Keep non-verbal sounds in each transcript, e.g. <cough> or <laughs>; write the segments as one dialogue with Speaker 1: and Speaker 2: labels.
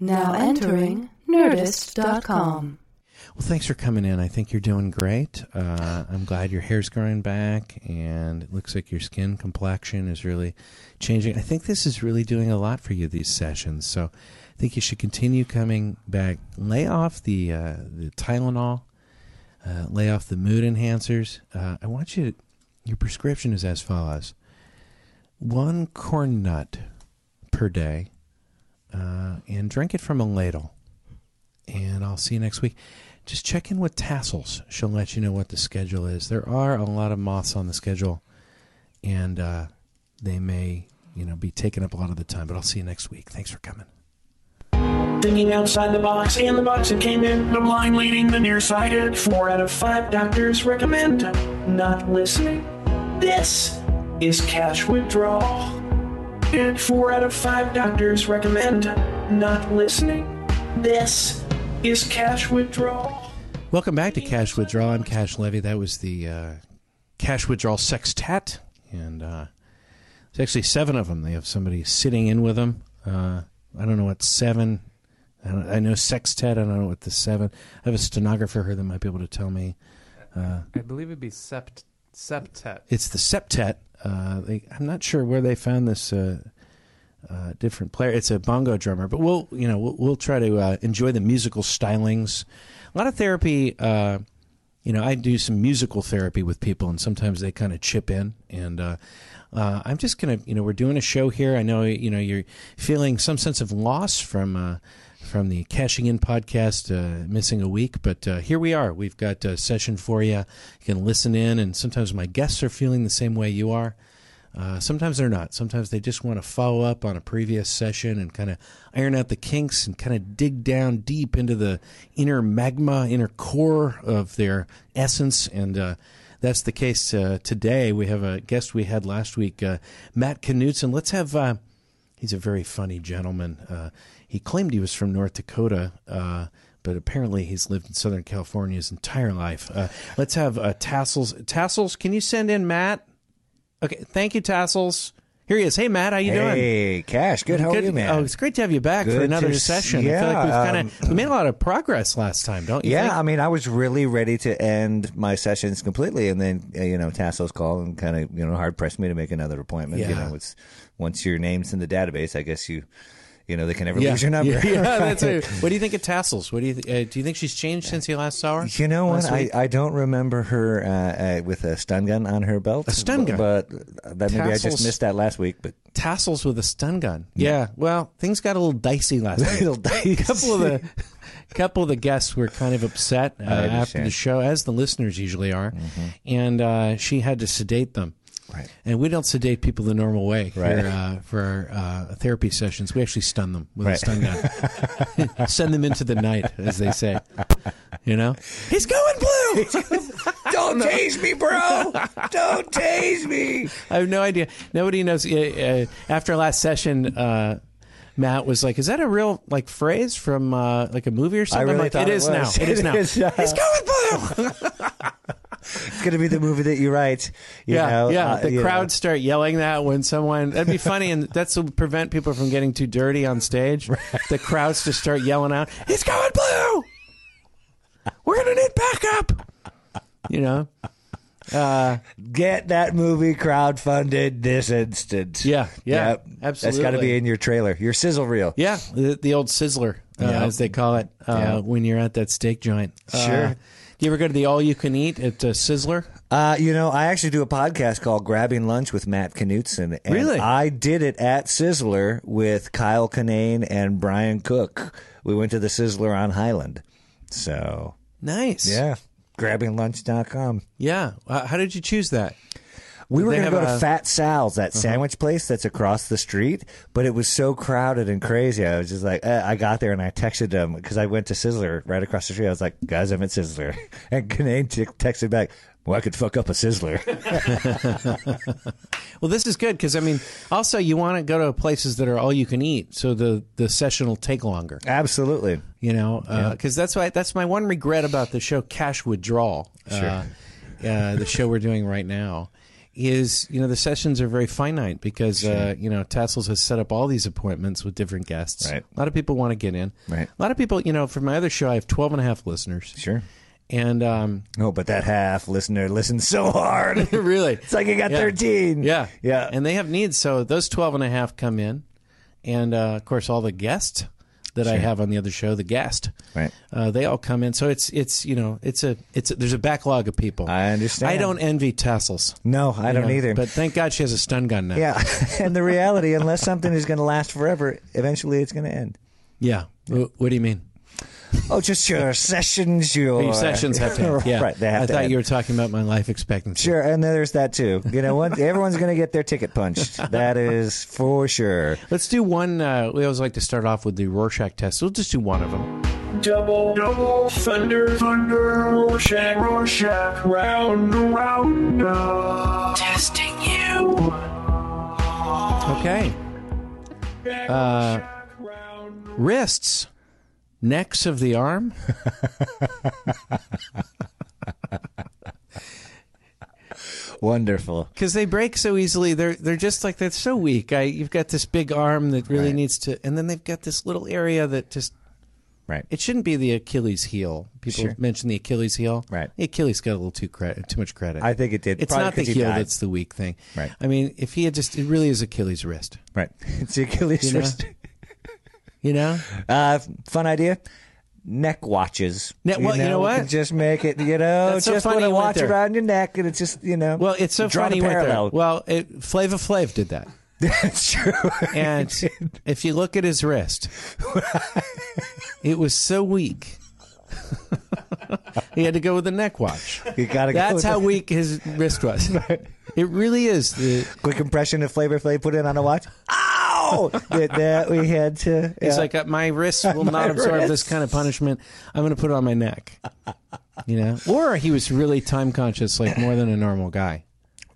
Speaker 1: Now entering Nerdist.com.
Speaker 2: Well, thanks for coming in. I think you're doing great. Uh, I'm glad your hair's growing back, and it looks like your skin complexion is really changing. I think this is really doing a lot for you these sessions. So, I think you should continue coming back. Lay off the uh, the Tylenol. Uh, lay off the mood enhancers. Uh, I want you. To, your prescription is as follows: one corn nut per day, uh, and drink it from a ladle. And I'll see you next week. Just check in with Tassels. She'll let you know what the schedule is. There are a lot of moths on the schedule, and uh, they may, you know, be taking up a lot of the time. But I'll see you next week. Thanks for coming.
Speaker 3: Thinking outside the box and the box it came in. The blind leading the nearsighted. Four out of five doctors recommend not listening. This is cash withdrawal. And four out of five doctors recommend not listening. This is cash withdrawal.
Speaker 2: Welcome back to Cash Withdrawal. I'm Cash Levy. That was the uh, Cash Withdrawal Sextet, and uh, there's actually seven of them. They have somebody sitting in with them. Uh, I don't know what seven. I, don't, I know sextet. I don't know what the seven. I have a stenographer here that might be able to tell me.
Speaker 4: I believe it'd be sept septet.
Speaker 2: It's the septet. Uh, they, I'm not sure where they found this uh, uh, different player. It's a bongo drummer, but we'll you know we'll, we'll try to uh, enjoy the musical stylings. A lot of therapy. Uh, you know, I do some musical therapy with people, and sometimes they kind of chip in. And uh, uh, I'm just gonna, you know, we're doing a show here. I know, you know, you're feeling some sense of loss from uh, from the cashing in podcast, uh, missing a week, but uh, here we are. We've got a session for you. You can listen in, and sometimes my guests are feeling the same way you are. Uh, sometimes they're not. Sometimes they just want to follow up on a previous session and kind of iron out the kinks and kind of dig down deep into the inner magma, inner core of their essence. And uh, that's the case uh, today. We have a guest we had last week, uh, Matt Knutson. Let's have. Uh, He's a very funny gentleman. Uh, he claimed he was from North Dakota, uh, but apparently he's lived in Southern California his entire life. Uh, let's have uh, Tassels. Tassels, can you send in Matt? Okay, thank you, Tassels. Here he is. Hey, Matt, how you doing?
Speaker 5: Hey, Cash. Good. How
Speaker 2: Good-
Speaker 5: are you, man?
Speaker 2: Oh, it's great to have you back for
Speaker 5: Good
Speaker 2: another
Speaker 5: to
Speaker 2: session.
Speaker 5: see-
Speaker 2: I feel like we've
Speaker 5: yeah, um,
Speaker 2: kind of we made a lot of progress last time, don't you?
Speaker 5: yeah,
Speaker 2: think?
Speaker 5: I mean, I was really ready to end my sessions completely, and then uh, you know, Tasso's call and kind of you know hard pressed me to make another appointment. You
Speaker 2: Yeah.
Speaker 5: know, it's once your name's in the database, I guess you, you know, they can never
Speaker 2: yeah.
Speaker 5: lose your number.
Speaker 2: Yeah, <laughs> yeah, that's
Speaker 5: <laughs>
Speaker 2: it. What do you think of Tassels? What do you th- uh, do? You think she's changed since you last saw her?
Speaker 5: You know what?
Speaker 2: Last
Speaker 5: I,
Speaker 2: week?
Speaker 5: I don't remember her uh, uh, with a stun gun on her belt. A
Speaker 2: stun gun.
Speaker 5: but that maybe I
Speaker 2: Tassels.
Speaker 5: just missed that last week. But <laughs>
Speaker 2: Tassels with a stun gun. Yeah. Well, things got a little dicey last
Speaker 5: <laughs>
Speaker 2: week.
Speaker 5: Little dicey.
Speaker 2: A couple of the couple of the guests were kind of upset uh, after the
Speaker 5: understand. Mm-hmm.
Speaker 2: show, as the listeners usually are, and uh, she had to sedate them.
Speaker 5: <laughs> Right.
Speaker 2: And we don't sedate people the normal way
Speaker 5: Right.
Speaker 2: here, uh, for our uh, therapy sessions. We actually stun them with a
Speaker 5: Right.
Speaker 2: stun <laughs> gun, send them into the night, as they say. You know, he's going blue.
Speaker 5: don't tase me, bro! Don't tase me.
Speaker 2: <laughs> I have no idea. Nobody knows. Uh, uh, after last session, uh, Matt was like, "Is that a real like phrase from uh, like a movie or something?" I'm
Speaker 5: really
Speaker 2: like,
Speaker 5: thought
Speaker 2: it
Speaker 5: <laughs> it
Speaker 2: is
Speaker 5: was.
Speaker 2: now. It is <laughs> now.
Speaker 5: It's, uh,
Speaker 2: it's going blue.
Speaker 5: <laughs> It's gonna be the movie that you write. You
Speaker 2: yeah,
Speaker 5: know,
Speaker 2: yeah.
Speaker 5: uh,
Speaker 2: the
Speaker 5: you know.
Speaker 2: crowds start yelling that when someone that'd be funny, and that's to prevent people from getting too dirty on stage. The crowds just start yelling out, "It's going blue. We're gonna need backup." You know.
Speaker 5: Get that movie crowdfunded this instant.
Speaker 2: Yeah, yeah,
Speaker 5: That's got to
Speaker 2: absolutely.
Speaker 5: be in your trailer, your sizzle reel.
Speaker 2: Yeah, the, the old sizzler, uh,
Speaker 5: Yeah.
Speaker 2: as they call it, uh,
Speaker 5: Yeah.
Speaker 2: when you're at that steak joint. Uh,
Speaker 5: Sure.
Speaker 2: You ever go to the all you can eat at uh, Sizzler?
Speaker 5: Uh, you know, I actually do a podcast called Grabbing Lunch with Matt Knutson. And
Speaker 2: Really?
Speaker 5: I did it at Sizzler with Kyle Kinane and Brian Cook. We went to the Sizzler on Highland. So,
Speaker 2: Nice.
Speaker 5: yeah, grabbinglunch.com.
Speaker 2: Yeah. Uh, how did you choose that?
Speaker 5: We were
Speaker 2: They
Speaker 5: going to
Speaker 2: have
Speaker 5: go to
Speaker 2: a- Uh-huh.
Speaker 5: Fat Sal's, that sandwich place that's across the street, but it was so crowded and crazy. I was just like, eh, I got there and I texted them because I went to Sizzler right across the street. I was like, guys, I'm at Sizzler. <laughs> And Kinane t- texted back, well, I could fuck up a Sizzler.
Speaker 2: <laughs> Well, this is good because I mean, also you want to go to places that are all you can eat, so the the session will take longer.
Speaker 5: Absolutely.
Speaker 2: You know, because that's why that's my one regret about the show Cash Withdrawal, uh, uh, the show we're doing right now, is you know the sessions are very finite because uh, you know Tassels has set up all these appointments with different guests.
Speaker 5: Right.
Speaker 2: A lot of people want to get in.
Speaker 5: Right.
Speaker 2: A lot of people, you know, for my other show, I have 12 and a half listeners.
Speaker 5: Sure.
Speaker 2: And um,
Speaker 5: No, but that half listener listens
Speaker 2: <laughs>
Speaker 5: so hard.
Speaker 2: really,
Speaker 5: It's like you got
Speaker 2: Yeah.
Speaker 5: 13.
Speaker 2: Yeah.
Speaker 5: Yeah.
Speaker 2: And they have needs. So those 12 and a half come in. And uh, of course, all the guests that I have on the other show, the guest,
Speaker 5: Right.
Speaker 2: uh, they all come in. So it's, it's you know, it's a, it's a, there's a backlog of people.
Speaker 5: I understand.
Speaker 2: I don't envy Tassels.
Speaker 5: no, I don't
Speaker 2: you know,
Speaker 5: either.
Speaker 2: But thank God she has a stun gun now.
Speaker 5: yeah. <laughs> and the reality, unless something is going to last forever, eventually it's going to end.
Speaker 2: Yeah. Wh- What do you mean?
Speaker 5: Oh, just your sessions, your,
Speaker 2: Your sessions
Speaker 5: <laughs>
Speaker 2: have to end. Yeah.
Speaker 5: right. They have
Speaker 2: I
Speaker 5: to
Speaker 2: thought
Speaker 5: end.
Speaker 2: you were talking about my life expectancy.
Speaker 5: Sure, and there's that too. You know, one, everyone's going to get their ticket
Speaker 2: <laughs>
Speaker 5: punched. That is for sure.
Speaker 2: Let's do one. Uh, we always like to start off with the Rorschach test. We'll just do one of them.
Speaker 3: Double, double, thunder, thunder, Rorschach, Rorschach, round, round, uh, testing you.
Speaker 2: Okay.
Speaker 3: Uh, round,
Speaker 2: Wrists, necks of the arm.
Speaker 5: Wonderful.
Speaker 2: because they break so easily. They're they're just like they're so weak. I you've got this big arm that really
Speaker 5: Right.
Speaker 2: needs to, and then they've got this little area that just
Speaker 5: Right.
Speaker 2: it shouldn't be the Achilles heel. People
Speaker 5: Sure.
Speaker 2: mention the Achilles heel.
Speaker 5: Right.
Speaker 2: The Achilles got a little too credit, too much credit.
Speaker 5: I think it did.
Speaker 2: It's
Speaker 5: Probably
Speaker 2: not the
Speaker 5: 'cause he
Speaker 2: heel
Speaker 5: died.
Speaker 2: that's the weak thing.
Speaker 5: Right.
Speaker 2: I mean, if he had just, it really is Achilles wrist.
Speaker 5: Right. <laughs> It's the Achilles
Speaker 2: You know?
Speaker 5: wrist.
Speaker 2: You know.
Speaker 5: Uh, fun idea. Neck watches.
Speaker 2: Ne- well, you know
Speaker 5: we
Speaker 2: what?
Speaker 5: can Just make it, you know,
Speaker 2: That's so
Speaker 5: just
Speaker 2: funny
Speaker 5: put a
Speaker 2: you went
Speaker 5: watch
Speaker 2: there.
Speaker 5: around your neck, and it's just, you know.
Speaker 2: Well, it's so
Speaker 5: draw
Speaker 2: funny.
Speaker 5: the
Speaker 2: you went there.
Speaker 5: parallel. <laughs>
Speaker 2: Well, it, Flava Flav did that.
Speaker 5: That's true.
Speaker 2: And if you look at his
Speaker 5: <laughs>
Speaker 2: wrist, it was so weak. <laughs> he had to go with a neck watch.
Speaker 5: You gotta go
Speaker 2: That's
Speaker 5: with <laughs>
Speaker 2: how
Speaker 5: the-
Speaker 2: weak his wrist was. It really is. The,
Speaker 5: Quick impression of Flavor Flav put in on a watch.
Speaker 2: <laughs>
Speaker 5: Ow! that, that we had to.
Speaker 2: He's
Speaker 5: yeah.
Speaker 2: like, uh, my wrist will
Speaker 5: <laughs> My
Speaker 2: not absorb this
Speaker 5: wrist."
Speaker 2: kind of punishment. I'm going to put it on my neck. You know, or he was really time conscious, like more than a normal guy.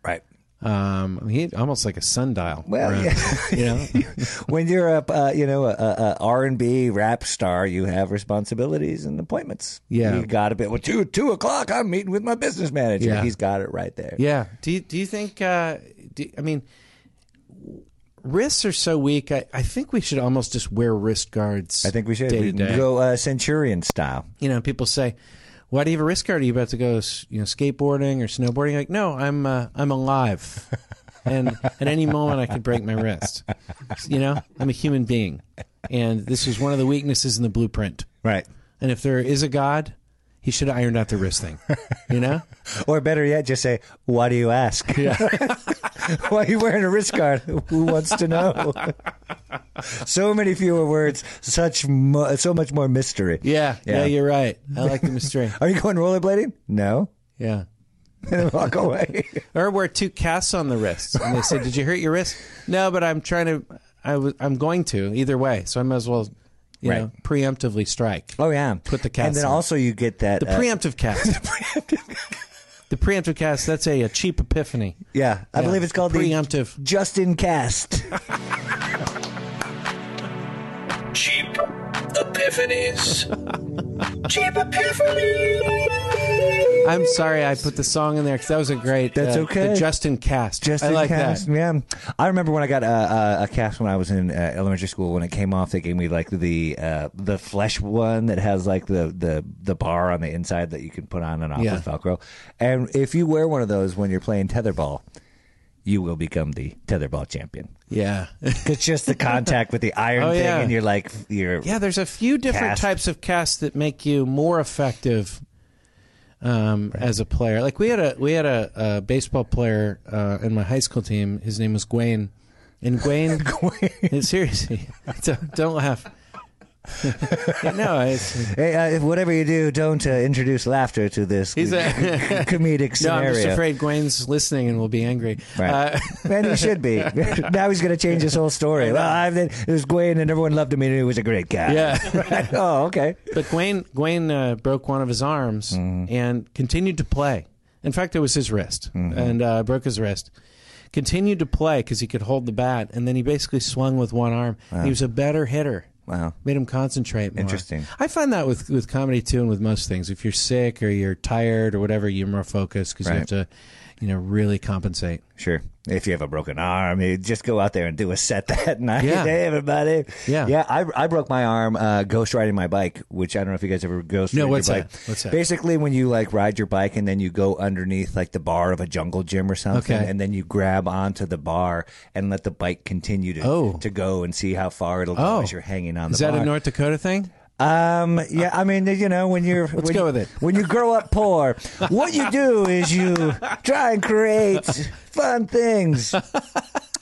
Speaker 5: right.
Speaker 2: Um, he had almost like a sundial.
Speaker 5: Well,
Speaker 2: around,
Speaker 5: <laughs> yeah.
Speaker 2: <laughs> you know,
Speaker 5: when you're a uh, you know a, a R and B rap star, you have responsibilities and appointments.
Speaker 2: Yeah.
Speaker 5: you got to be well two two o'clock. I'm meeting with my business manager.
Speaker 2: Yeah.
Speaker 5: He's got it right there.
Speaker 2: Yeah. Do you, do you think? Uh, do, I mean, wrists are so weak. I, I think we should almost just wear wrist guards.
Speaker 5: I think we should
Speaker 2: day to
Speaker 5: we
Speaker 2: day.
Speaker 5: go uh, Centurion style.
Speaker 2: You know, people say, "Why do you have a wrist guard? Are you about to go, s- you know, skateboarding or snowboarding?" Like, no, I'm uh, I'm alive, and at any moment I could break my wrist. You know, I'm a human being, and this is one of the weaknesses in the blueprint.
Speaker 5: Right.
Speaker 2: And if there is a God, he should have ironed out the wrist thing. You know.
Speaker 5: Or better yet, just say, "Why do you ask? <laughs> Why are you wearing a wrist guard? Who wants to know?" so many fewer words, such mo- so much more mystery.
Speaker 2: Yeah, yeah,
Speaker 5: Yeah.
Speaker 2: you're right. I like the mystery.
Speaker 5: Are you going rollerblading? No. <laughs>
Speaker 2: Yeah.
Speaker 5: And walk away.
Speaker 2: or wear two casts on the wrists. And they say, "Did you hurt your wrist?" No, but I'm trying to. I was. I'm going to either way. So I might as well, you
Speaker 5: Right.
Speaker 2: know, preemptively strike.
Speaker 5: oh yeah.
Speaker 2: Put the
Speaker 5: And
Speaker 2: cast
Speaker 5: then
Speaker 2: on.
Speaker 5: also you get that
Speaker 2: the
Speaker 5: uh,
Speaker 2: preemptive
Speaker 5: <laughs>
Speaker 2: cast. the preemptive cast. That's a, a cheap epiphany.
Speaker 5: Yeah, I
Speaker 2: Yeah,
Speaker 5: believe it's called
Speaker 2: preemptive.
Speaker 5: the Justin Cast.
Speaker 3: cheap epiphanies.
Speaker 2: <laughs>
Speaker 3: cheap epiphanies.
Speaker 2: I'm sorry I put the song in there because that was a great.
Speaker 5: That's
Speaker 2: uh,
Speaker 5: okay.
Speaker 2: The Justin cast.
Speaker 5: Justin
Speaker 2: I like
Speaker 5: Cast.
Speaker 2: that.
Speaker 5: Yeah, I remember when I got uh, a, a, a cast when I was in uh, elementary school. When it came off, they gave me like the uh, the flesh one that has like the, the the bar on the inside that you can put on and off
Speaker 2: Yeah.
Speaker 5: with Velcro. And if you wear one of those when you're playing tetherball, you will become the tetherball champion.
Speaker 2: Yeah. <laughs>
Speaker 5: It's just the contact with the iron
Speaker 2: Oh,
Speaker 5: thing,
Speaker 2: yeah.
Speaker 5: and you're like you're
Speaker 2: Yeah, there's a few different
Speaker 5: Cast.
Speaker 2: types of casts that make you more effective um, as a player. Like we had a we had a, a baseball player uh, in my high
Speaker 5: <laughs>
Speaker 2: school team. His name was Gwaine.
Speaker 6: <laughs>
Speaker 2: And Gwaine, seriously, <laughs> don't, don't laugh. no, it's,
Speaker 5: Hey, uh, whatever you do, don't uh, introduce laughter to this
Speaker 2: He's a-
Speaker 5: <laughs> comedic
Speaker 2: no,
Speaker 5: scenario.
Speaker 2: I'm just afraid Gwaine's listening and will be angry.
Speaker 5: Right. <laughs>
Speaker 2: Uh,
Speaker 5: Man, he should <laughs> be. now he's going to change his whole story. Well, I, it was Gwen, and everyone loved him, and he was a great guy.
Speaker 2: yeah.
Speaker 5: Right? <laughs> Oh, okay.
Speaker 2: But Gwaine, Gwaine uh, broke one of his arms
Speaker 5: Mm-hmm.
Speaker 2: and continued to play. In fact, it was his wrist
Speaker 5: Mm-hmm.
Speaker 2: and uh, broke his wrist. Continued to play because he could hold the bat, and then he basically swung with one arm. He was a better hitter.
Speaker 5: Wow.
Speaker 2: Made him concentrate more.
Speaker 5: Interesting.
Speaker 2: I find that with, with comedy too, and with most things. If you're sick or you're tired or whatever, you're more focused because
Speaker 5: Right.
Speaker 2: you have to, you know, really compensate.
Speaker 5: Sure. If you have a broken arm, you just go out there and do a set <laughs> that night.
Speaker 2: Yeah.
Speaker 5: Hey, everybody.
Speaker 2: Yeah.
Speaker 5: Yeah. I, I broke my arm uh, ghost riding my bike, which I don't know if you guys ever ghost
Speaker 2: No,
Speaker 5: ride
Speaker 2: what's
Speaker 5: your bike.
Speaker 2: that? What's that?
Speaker 5: Basically, when you like ride your bike and then you go underneath like the bar of a jungle gym or something,
Speaker 2: Okay.
Speaker 5: and then you grab onto the bar and let the bike continue to
Speaker 2: Oh.
Speaker 5: to go and see how far it'll go
Speaker 2: Oh.
Speaker 5: as you're hanging on.
Speaker 2: Is
Speaker 5: the
Speaker 2: that
Speaker 5: bar.
Speaker 2: a North Dakota thing?
Speaker 5: Um. Yeah. I mean, you know, when you're
Speaker 2: Let's
Speaker 5: when
Speaker 2: go
Speaker 5: you-
Speaker 2: with it.
Speaker 5: When you grow up poor, what you do is you try and create fun things.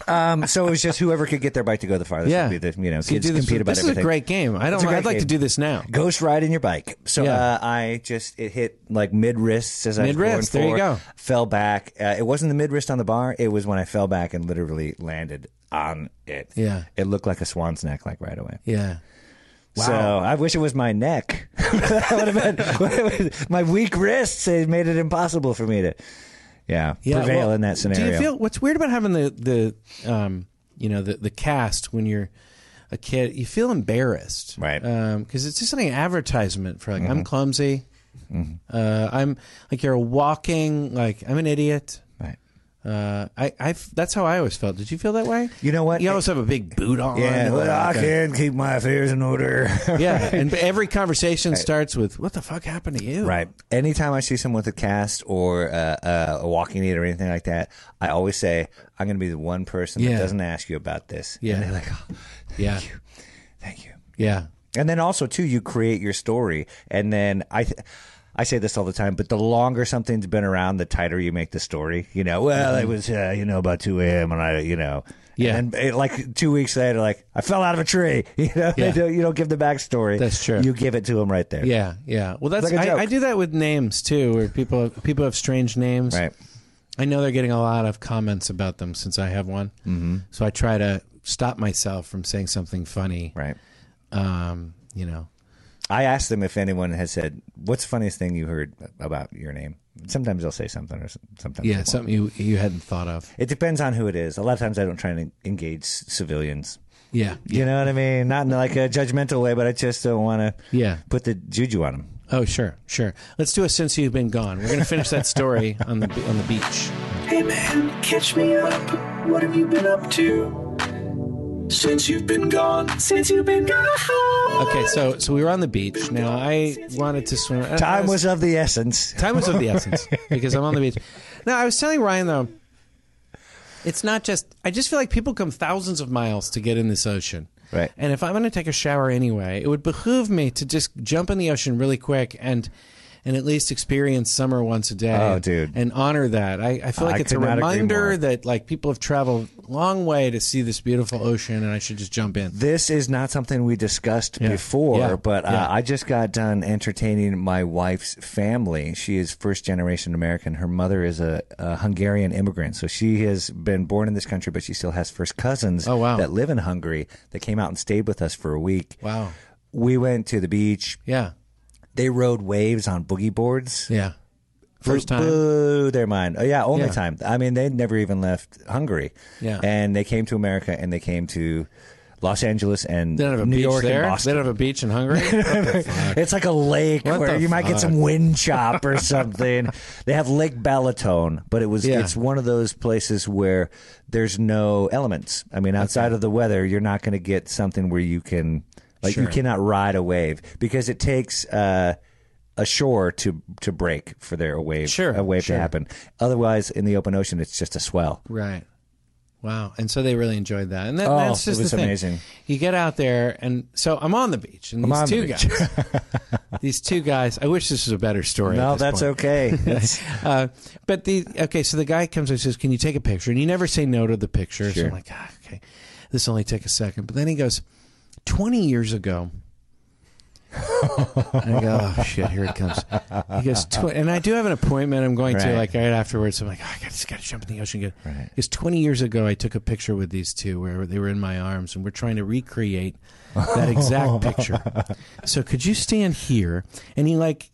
Speaker 5: Um. So it was just whoever could get their bike to go the farthest.
Speaker 2: Yeah.
Speaker 5: Would be the, you know,
Speaker 2: So you
Speaker 5: kids
Speaker 2: do this-
Speaker 5: compete about
Speaker 2: this
Speaker 5: everything.
Speaker 2: is a great game. I don't.
Speaker 5: It's a
Speaker 2: I'd
Speaker 5: great
Speaker 2: like to
Speaker 5: game.
Speaker 2: do this now.
Speaker 5: Ghost riding your bike. So
Speaker 2: Yeah.
Speaker 5: uh, I just it hit like mid wrists as I was
Speaker 2: Mid-wrist, there
Speaker 5: going
Speaker 2: you
Speaker 5: forward,
Speaker 2: go.
Speaker 5: Fell back. Uh, it wasn't the mid wrist on the bar. It was when I fell back and literally landed on it.
Speaker 2: Yeah.
Speaker 5: It looked like a swan's neck, like right away.
Speaker 2: Yeah.
Speaker 5: So
Speaker 2: Wow.
Speaker 5: I wish it was my neck. <laughs> that would have been my weak wrists. It made it impossible for me to, yeah,
Speaker 2: Yeah,
Speaker 5: prevail
Speaker 2: well,
Speaker 5: in that scenario.
Speaker 2: Do you feel what's weird about having the the um you know the the cast when you're a kid? You feel embarrassed,
Speaker 5: Right.
Speaker 2: Because Um, it's just an advertisement for like I'm clumsy, uh, I'm like you're a walking like I'm an idiot.
Speaker 5: right.
Speaker 2: Uh, I, I, that's how I always felt. Did you feel that way?
Speaker 5: You know what?
Speaker 2: You always have a big boot on.
Speaker 5: Yeah,
Speaker 2: and
Speaker 5: well, I
Speaker 2: like a-
Speaker 5: can keep my affairs in order.
Speaker 2: <laughs>
Speaker 5: <laughs>
Speaker 2: Yeah, and <laughs> every conversation starts with "What the fuck happened to you?"
Speaker 5: right. Anytime I see someone with a cast or uh, uh, a walking aid or anything like that, I always say, "I'm going to be the one person
Speaker 2: Yeah.
Speaker 5: that doesn't ask you about this."
Speaker 2: Yeah.
Speaker 5: And they're like, oh,
Speaker 2: Yeah.
Speaker 5: "Thank you."
Speaker 2: Yeah.
Speaker 5: And then also too, you create your story, and then I. Th- I say this all the time, but the longer something's been around, the tighter you make the story. You know, well, it was uh, you know about two a.m. and I, you know,
Speaker 2: Mm-hmm. Yeah.
Speaker 5: And it, like two weeks later, like I fell out of a tree. <laughs> You know,
Speaker 2: Yeah.
Speaker 5: They don't- you don't give the backstory.
Speaker 2: That's true.
Speaker 5: You give it to them right there.
Speaker 2: Yeah. Yeah. Well, that's
Speaker 5: Like a
Speaker 2: I,
Speaker 5: joke.
Speaker 2: I do that with names too, where people people have strange names.
Speaker 5: Right.
Speaker 2: I know they're getting a lot of comments about them since I have one. Mm-hmm. So I try to stop myself from saying something funny.
Speaker 5: Right.
Speaker 2: Um. You know.
Speaker 5: I asked them if anyone has said, "What's the funniest thing you heard about your name?" Sometimes they'll say something, or s- sometimes they
Speaker 2: Yeah.
Speaker 5: won't.
Speaker 2: Something you you hadn't thought of.
Speaker 5: It depends on who it is. A lot of times, I don't try and engage civilians.
Speaker 2: Yeah.
Speaker 5: You know what I mean? Not in like a judgmental way, but I just don't want to
Speaker 2: Yeah.
Speaker 5: put the juju on them.
Speaker 2: Oh, sure. Sure. Let's do a since you've been gone. We're gonna finish <laughs> that story on the on the beach.
Speaker 3: Hey man, catch me up. What have you been up to? Since you've been gone, since you've been gone.
Speaker 2: Okay. So so we were on the beach. Now I wanted to swim. I- I
Speaker 5: Time was of the essence.
Speaker 2: Time was of the essence because I'm on the beach. Now, I was telling Ryan though, it's not just. I just feel like people come thousands of miles to get in this ocean.
Speaker 5: Right.
Speaker 2: And if I'm going to take a shower anyway, it would behoove me to just jump in the ocean really quick and and at least experience summer once a day.
Speaker 5: Oh, dude.
Speaker 2: And honor that. I, I feel like
Speaker 5: I
Speaker 2: it's a
Speaker 5: could not agree
Speaker 2: reminder
Speaker 5: more.
Speaker 2: that like people have traveled a long way to see this beautiful ocean, and I should just jump in.
Speaker 5: This is not something we discussed
Speaker 2: Yeah.
Speaker 5: before,
Speaker 2: Yeah.
Speaker 5: but uh,
Speaker 2: Yeah.
Speaker 5: I just got done entertaining my wife's family. She is first generation American. Her mother is a, a Hungarian immigrant, so she has been born in this country, but she still has first cousins
Speaker 2: Oh, wow.
Speaker 5: that live in Hungary that came out and stayed with us for a week.
Speaker 2: Wow.
Speaker 5: We went to the beach.
Speaker 2: Yeah.
Speaker 5: They rode waves on boogie boards.
Speaker 2: Yeah. First
Speaker 5: Blew-
Speaker 2: time.
Speaker 5: Blew their mind. Oh, yeah, only
Speaker 2: Yeah.
Speaker 5: time. I mean, they never even left Hungary.
Speaker 2: Yeah.
Speaker 5: And they came to America and they came to Los Angeles and
Speaker 2: They don't have a
Speaker 5: New
Speaker 2: beach
Speaker 5: York
Speaker 2: there.
Speaker 5: and
Speaker 2: They
Speaker 5: Boston.
Speaker 2: don't have a beach in Hungary. What the fuck?
Speaker 5: it's like a lake
Speaker 2: What
Speaker 5: where
Speaker 2: the
Speaker 5: you might get some
Speaker 2: fuck?
Speaker 5: wind
Speaker 2: <laughs>
Speaker 5: chop or something. they have Lake Balatone, but it was
Speaker 2: Yeah.
Speaker 5: it's one of those places where there's no elements. I mean, outside of the weather, you're not going to get something where you can like you
Speaker 2: Sure.
Speaker 5: cannot ride a wave because it takes uh, a shore to to break for their a wave
Speaker 2: Sure,
Speaker 5: a wave
Speaker 2: sure.
Speaker 5: to happen. Otherwise, in the open ocean, it's just a swell.
Speaker 2: <laughs> Right. Wow. And so they really enjoyed that. And that,
Speaker 5: Oh,
Speaker 2: that's just
Speaker 5: it was
Speaker 2: the thing.
Speaker 5: amazing.
Speaker 2: You get out there, and so I'm on the beach, and these
Speaker 5: on
Speaker 2: two
Speaker 5: the beach.
Speaker 2: guys,
Speaker 5: <laughs>
Speaker 2: these two guys. I wish this was a better story.
Speaker 5: No,
Speaker 2: at this
Speaker 5: that's
Speaker 2: point.
Speaker 5: <laughs> okay. That's-
Speaker 2: Uh, but the okay, so the guy comes and says, "Can you take a picture?" And you never say no to the picture. So
Speaker 5: Sure.
Speaker 2: I'm like, ah, "Okay, this will only take a second. But then he goes, "20 years ago." <laughs> and I go, "Oh shit, here it comes." He goes, tw-, and I do have an appointment I'm going to
Speaker 5: Right.
Speaker 2: like right afterwards. So I'm like, oh, "I just got to jump in the ocean." Get
Speaker 5: Right.
Speaker 2: Because 20 years ago, I took a picture with these two where they were in my arms, and we're trying to recreate that
Speaker 5: <laughs>
Speaker 2: exact picture. So could you stand here? And he like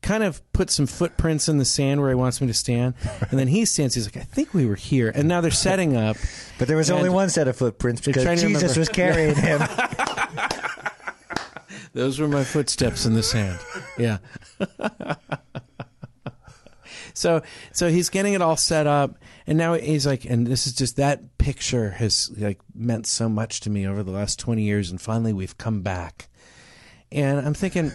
Speaker 2: kind of put some footprints in the sand where he wants me to stand, and then he stands. He's like, I think we were here, and now they're setting up.
Speaker 5: but there was only
Speaker 2: And-
Speaker 5: one set of footprints because
Speaker 2: trying to
Speaker 5: Jesus
Speaker 2: remember.
Speaker 5: was
Speaker 2: <laughs>
Speaker 5: carrying him.
Speaker 2: Those were my footsteps in the sand. Yeah. so so he's getting it all set up, and now he's like, and this is just that picture has like meant so much to me over the last twenty years, and finally we've come back. And I'm thinking,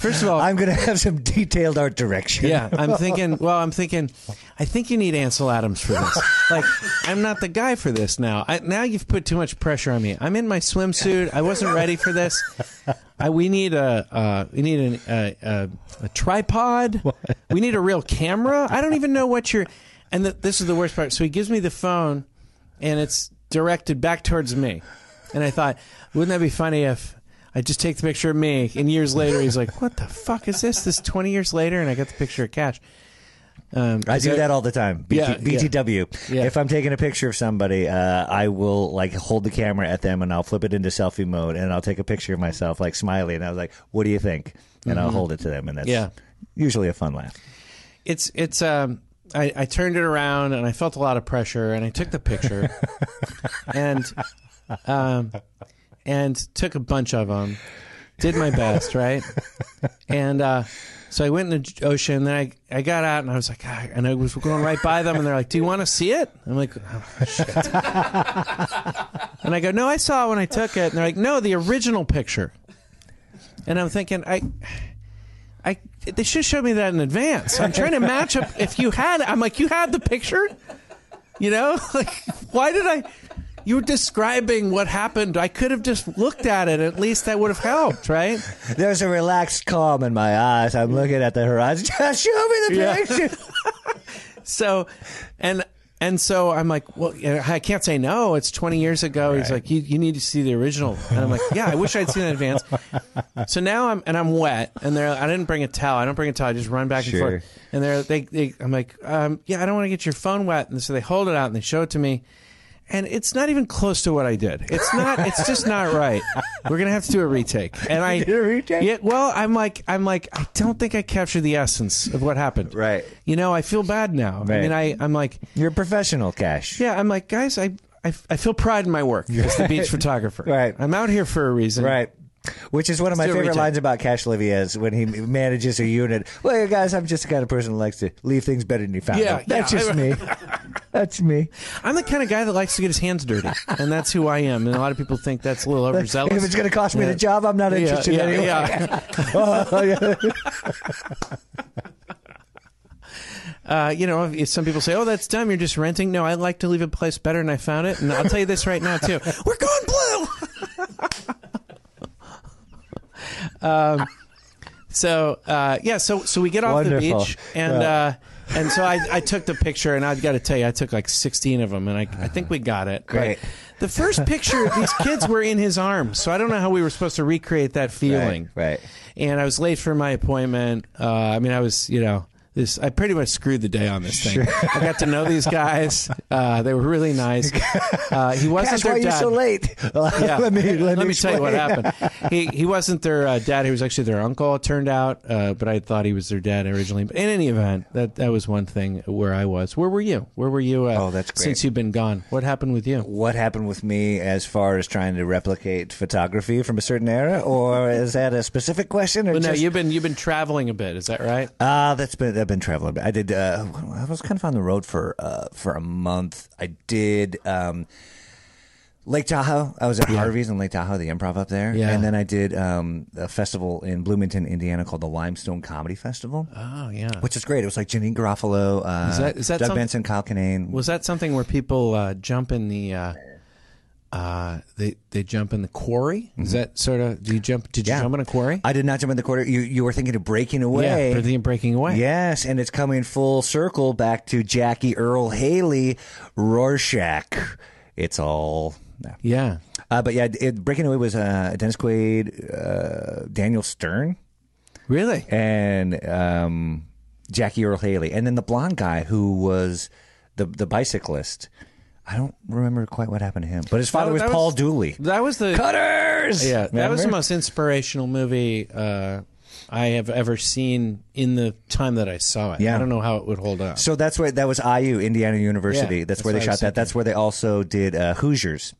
Speaker 2: first of all,
Speaker 5: I'm gonna have some detailed art direction.
Speaker 2: yeah, I'm thinking. Well, I'm thinking. I think you need Ansel Adams for this. Like, I'm not the guy for this now. I, now you've put too much pressure on me. I'm in my swimsuit. I wasn't ready for this. I, we need a uh, we need an, a, a, a tripod. We need a real camera. I don't even know what you're. And the, this is the worst part. So he gives me the phone, and it's directed back towards me. And I thought, wouldn't that be funny if I just take the picture of me, and years later he's like, "What the fuck is this?" This twenty years later, and I got the picture of Cash. Um,
Speaker 5: I
Speaker 2: 'cause
Speaker 5: do that all the time. BT,
Speaker 2: Yeah, yeah.
Speaker 5: BTW.
Speaker 2: Yeah.
Speaker 5: If I'm taking a picture of somebody, uh, I will like hold the camera at them and I'll flip it into selfie mode and I'll take a picture of myself like smiley and I was like, "What do you think?" And I'll hold it to them and that's
Speaker 2: Mm-hmm. Yeah.
Speaker 5: usually a fun laugh.
Speaker 2: It's it's um. I, I turned it around and I felt a lot of pressure and I took the picture and um, and took a bunch of them. Did my best, right? And uh, so I went in the ocean. Then I, I got out and I was like, "Ah," and I was going right by them and they're like, "Do you want to see it?" I'm like, oh, shit. and I go, "No, I saw it when I took it." And they're like, "No, the original picture." And I'm thinking, I. I, they should show me that in advance. I'm trying to match up. If you had, I'm like, you had the picture, you know? <laughs> Like, why did I? You were describing what happened. I could have just looked at it. At least that would have helped, right?
Speaker 5: There's a relaxed calm in my eyes. I'm looking at the horizon. <laughs> Just show me the
Speaker 2: Yeah.
Speaker 5: picture.
Speaker 2: <laughs> So, and and so I'm like, well, you know, I can't say no. It's 20 years ago. He's like, you you need to see the original, and I'm like, yeah, I wish I'd seen it in advance. So now I'm and I'm wet, and they're I didn't bring a towel. I don't bring a towel. I just run back
Speaker 5: Sure.
Speaker 2: and forth. And they're they, they I'm like, um, yeah, I don't want to get your phone wet. And so they hold it out and they show it to me. And it's not even close to what I did. It's not. It's just not right. We're gonna have to do a retake. And
Speaker 5: <laughs>
Speaker 2: I
Speaker 5: did a retake?
Speaker 2: Yeah. Well, I'm like, I'm like, I don't think I captured the essence of what happened.
Speaker 5: Right.
Speaker 2: You know, I feel bad now. I
Speaker 5: Right.
Speaker 2: mean, I I'm like,
Speaker 5: You're a professional, Cash.
Speaker 2: yeah, I'm like, guys, I I, I feel pride in my work as the
Speaker 5: <laughs>
Speaker 2: beach photographer.
Speaker 5: <laughs> Right.
Speaker 2: I'm out here for a reason.
Speaker 5: Right. Which is one of my
Speaker 2: do a
Speaker 5: favorite
Speaker 2: retake.
Speaker 5: lines about Cash Livia is when he manages a unit. Well, you guys, I'm just the kind of person who likes to leave things better than you found
Speaker 2: Yeah,
Speaker 5: them. That's
Speaker 2: yeah.
Speaker 5: just me. That's me.
Speaker 2: I'm the kind of guy that likes to get his hands dirty, and that's who I am. And a lot of people think that's a little overzealous.
Speaker 5: If it's going to cost me
Speaker 2: Yeah.
Speaker 5: the job, I'm not
Speaker 2: yeah,
Speaker 5: interested
Speaker 2: yeah,
Speaker 5: anyway. <laughs> Oh,
Speaker 2: yeah. Uh, you know, if some people say, "Oh, that's dumb. You're just renting." No, I like to leave a place better, and I found it. And I'll tell you this right now,
Speaker 5: <laughs>
Speaker 2: too. We're going blue. um, <laughs> Um, so uh, yeah, so so we get off
Speaker 5: Wonderful.
Speaker 2: the beach, and
Speaker 5: Yeah.
Speaker 2: uh, and so I, I took the picture, and I've got to tell you, I took like 16 of them, and I I think we got it. But
Speaker 5: Great.
Speaker 2: the first picture, these kids were in his arms, so I don't know how we were supposed to recreate that feeling
Speaker 5: <laughs> Right, right.
Speaker 2: and I was late for my appointment. Uh, I mean, I was, you know, this. I pretty much screwed the day on this thing. I got to know these guys. Uh, they were really nice. Uh, he wasn't
Speaker 5: Cash,
Speaker 2: their
Speaker 5: why are you
Speaker 2: dad.
Speaker 5: so late? <laughs>
Speaker 2: Yeah.
Speaker 5: let me, let me
Speaker 2: tell you what
Speaker 5: explain.
Speaker 2: happened. He he wasn't their uh, dad. He was actually their uncle. It turned out, uh, but I thought he was their dad originally. But in any event, that that was one thing where I was. Where were you? Where were you? Uh,
Speaker 5: Oh, that's great.
Speaker 2: Since you've been gone, what happened with you?
Speaker 5: What happened with me as far as trying to replicate photography from a certain era?
Speaker 2: <laughs>
Speaker 5: Or is that a specific question? Or
Speaker 2: Well, no,
Speaker 5: just-
Speaker 2: you've been you've been traveling a bit. Is that right?
Speaker 5: Uh, that's been I've been traveling. I did. Uh, I was kind of on the road for uh, for a month. I did um, Lake Tahoe. I was at Harvey's in Lake Tahoe, the improv up there.
Speaker 2: Yeah.
Speaker 5: And then I did um, a festival in Bloomington, Indiana, called the Limestone Comedy Festival,
Speaker 2: Oh yeah.
Speaker 5: which is great. It was like Janine Garofalo, uh,
Speaker 2: Is that- is that
Speaker 5: Doug
Speaker 2: some-
Speaker 5: Benson, Kyle Kinane.
Speaker 2: Was that something where people uh, jump in the uh, uh, they they jump in the quarry? Is that sort of do you jump? Did you
Speaker 5: Yeah.
Speaker 2: jump in a quarry?
Speaker 5: I did not jump in the quarter. You you were thinking of breaking away.
Speaker 2: Uh, Yeah, for the breaking away.
Speaker 5: Yes, and it's coming full circle back to Jackie Earl Haley, Rorschach. It's all. no.
Speaker 2: yeah.
Speaker 5: Uh, but yeah, it, Breaking Away was uh, Dennis Quaid, uh, Daniel Stern,
Speaker 2: Really?
Speaker 5: and um, Jackie Earl Haley, and then the blonde guy who was the the bicyclist. I don't remember quite what happened to him, but his father
Speaker 2: That-
Speaker 5: was,
Speaker 2: that
Speaker 5: Paul Dooley.
Speaker 2: That was the
Speaker 5: Cutters.
Speaker 2: yeah. That was the
Speaker 5: Remember?
Speaker 2: most inspirational movie uh, I have ever seen in the time that I saw it.
Speaker 5: Yeah.
Speaker 2: I don't know how it would hold up.
Speaker 5: So that's where that was IU, Indiana University.
Speaker 2: Yeah,
Speaker 5: that's,
Speaker 2: that's
Speaker 5: where they
Speaker 2: what I
Speaker 5: shot
Speaker 2: was
Speaker 5: that. That's where they also did uh, Hoosiers.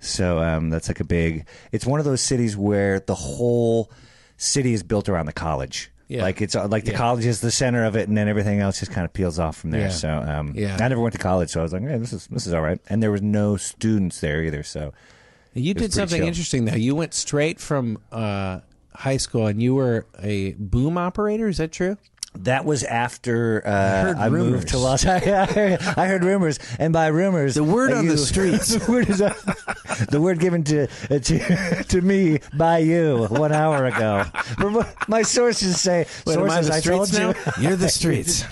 Speaker 5: So um, that's like a big. It's one of those cities where the whole city is built around the college.
Speaker 2: Yeah.
Speaker 5: Like it's uh, like the
Speaker 2: Yeah.
Speaker 5: college is the center of it, and then everything else just kind of peels off from there.
Speaker 2: Yeah.
Speaker 5: So um,
Speaker 2: Yeah.
Speaker 5: I never went to college, so I was like, hey, this is this is all right. And there was no students there either, so
Speaker 2: You
Speaker 5: was
Speaker 2: did
Speaker 5: pretty
Speaker 2: something
Speaker 5: chill.
Speaker 2: interesting though. You went straight from uh, high school, and you were a boom operator. Is that true?
Speaker 5: That was after uh, I,
Speaker 2: heard rumors.
Speaker 5: moved to Los <laughs> Angeles. I heard rumors, and by rumors,
Speaker 2: The word
Speaker 5: uh,
Speaker 2: on the streets.
Speaker 5: <laughs> the word is the word given to uh, to, to me by you one hour ago. From what my sources say sources I, told you. <laughs>
Speaker 2: are the <laughs> streets.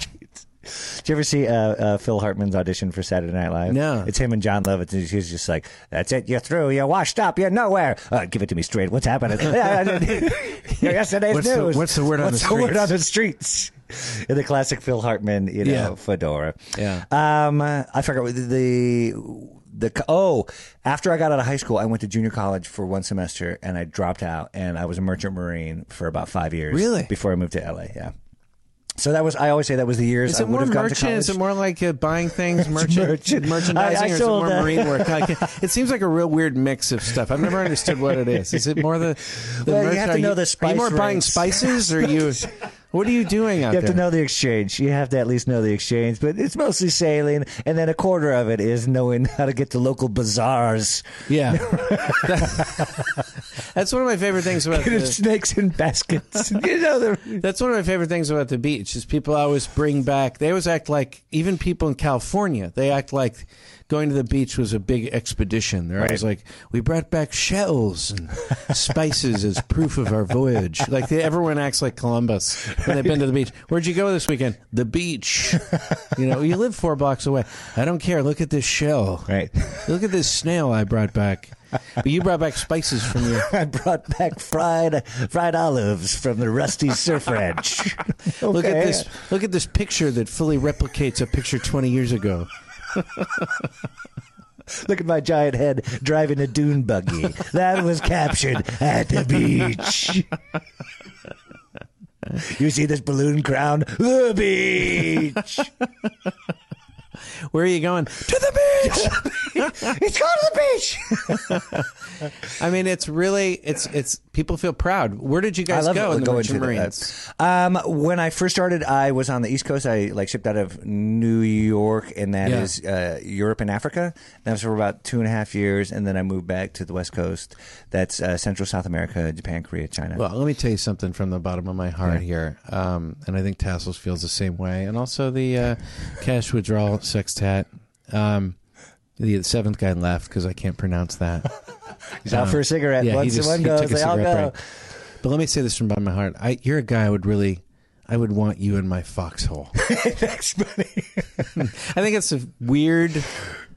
Speaker 5: Did you ever see uh, uh, Phil Hartman's audition for Saturday Night Live?
Speaker 2: No.
Speaker 5: it's him and John Lovitz, and he's just like, "That's it, you're through, you're washed up, you're nowhere. Uh, give it to me straight.
Speaker 2: <laughs>
Speaker 5: What's happening? <laughs> you're yesterday's
Speaker 2: What's the-
Speaker 5: news.
Speaker 2: what's the word on
Speaker 5: What's
Speaker 2: the
Speaker 5: word
Speaker 2: streets?"
Speaker 5: on the streets? In the classic Phil Hartman, you know,
Speaker 2: Yeah.
Speaker 5: fedora.
Speaker 2: Yeah.
Speaker 5: Um, uh, I forgot what the, the the co- oh. After I got out of high school, I went to junior college for one semester, and I dropped out, and I was a merchant marine for about five years.
Speaker 2: Really?
Speaker 5: Before I moved to LA, yeah. So that was I always say that was the years
Speaker 2: Is
Speaker 5: I
Speaker 2: it
Speaker 5: would
Speaker 2: more
Speaker 5: have gone
Speaker 2: merchant? Is
Speaker 5: to
Speaker 2: it
Speaker 5: college.
Speaker 2: more like uh, buying
Speaker 5: <laughs>
Speaker 2: things, merchant,
Speaker 5: merchant.
Speaker 2: merchandising,
Speaker 5: I- I
Speaker 2: or is it
Speaker 5: sold
Speaker 2: more
Speaker 5: that.
Speaker 2: marine work? Like, it seems like a real weird mix of stuff. I've never understood what it is. Is it more the, the
Speaker 5: Well, you
Speaker 2: merchant-
Speaker 5: have to
Speaker 2: are
Speaker 5: know
Speaker 2: Are
Speaker 5: the
Speaker 2: you
Speaker 5: spice
Speaker 2: more buying
Speaker 5: rates.
Speaker 2: spices, or are you? What are you doing out
Speaker 5: <laughs> you have
Speaker 2: there?
Speaker 5: to know the exchange. You have to at least know the exchange, but it's mostly sailing, and then a quarter of it is knowing how to get to local bazaars. <laughs>
Speaker 2: Yeah, <laughs> that's one of my favorite things about
Speaker 5: Get
Speaker 2: the,
Speaker 5: snakes in baskets. <laughs> you know, the-
Speaker 2: That's one of my favorite things about the beach is people always bring back. They always act like even people in California. They act like going to the beach was a big expedition. They're always like, "We brought back shells and spices as proof of our voyage." Like they, everyone acts like Columbus when they've been to the beach. Where'd you go this weekend? The beach. You know, you live four blocks away. I don't care. Look at this shell.
Speaker 5: right.
Speaker 2: Look at this snail I brought back. But you brought back spices from your
Speaker 5: I brought back fried fried olives from the rusty surf ranch.
Speaker 2: Look
Speaker 5: Okay.
Speaker 2: at this. Look at this picture that fully replicates a picture 20 years ago.
Speaker 5: Look at my giant head driving a dune buggy. That was captured at the beach. <laughs> You see this balloon crown? The beach.
Speaker 2: Where are you going? To the
Speaker 5: <laughs> It's going to the beach.
Speaker 2: beach. I mean, it's really it's it's people feel proud. Where did you guys go in the Merchant
Speaker 5: to the-
Speaker 2: Marines?
Speaker 5: um, when I first started, I was on the East Coast. I like shipped out of New York, and that
Speaker 2: Yeah.
Speaker 5: is uh, Europe and Africa. That was for about two and a half years, and then I moved back to the West Coast. That's uh, Central South America, Japan, Korea, China.
Speaker 2: Well, let me tell you something from the bottom of my heart here, um, and I think Tassels feels the same way, and also the uh, cash withdrawal sextet. Um, the seventh guy left because I can't pronounce that.
Speaker 5: He's out for a cigarette.
Speaker 2: uh, Yeah, he
Speaker 5: Once
Speaker 2: just-
Speaker 5: the one
Speaker 2: he took
Speaker 5: goes,
Speaker 2: a
Speaker 5: they all
Speaker 2: cigarette
Speaker 5: go.
Speaker 2: break. But let me say this from the bottom of my heart. I, you're a guy I would really, I would want you in my foxhole.
Speaker 5: <laughs> Thanks, buddy.
Speaker 2: <laughs> I think it's a weird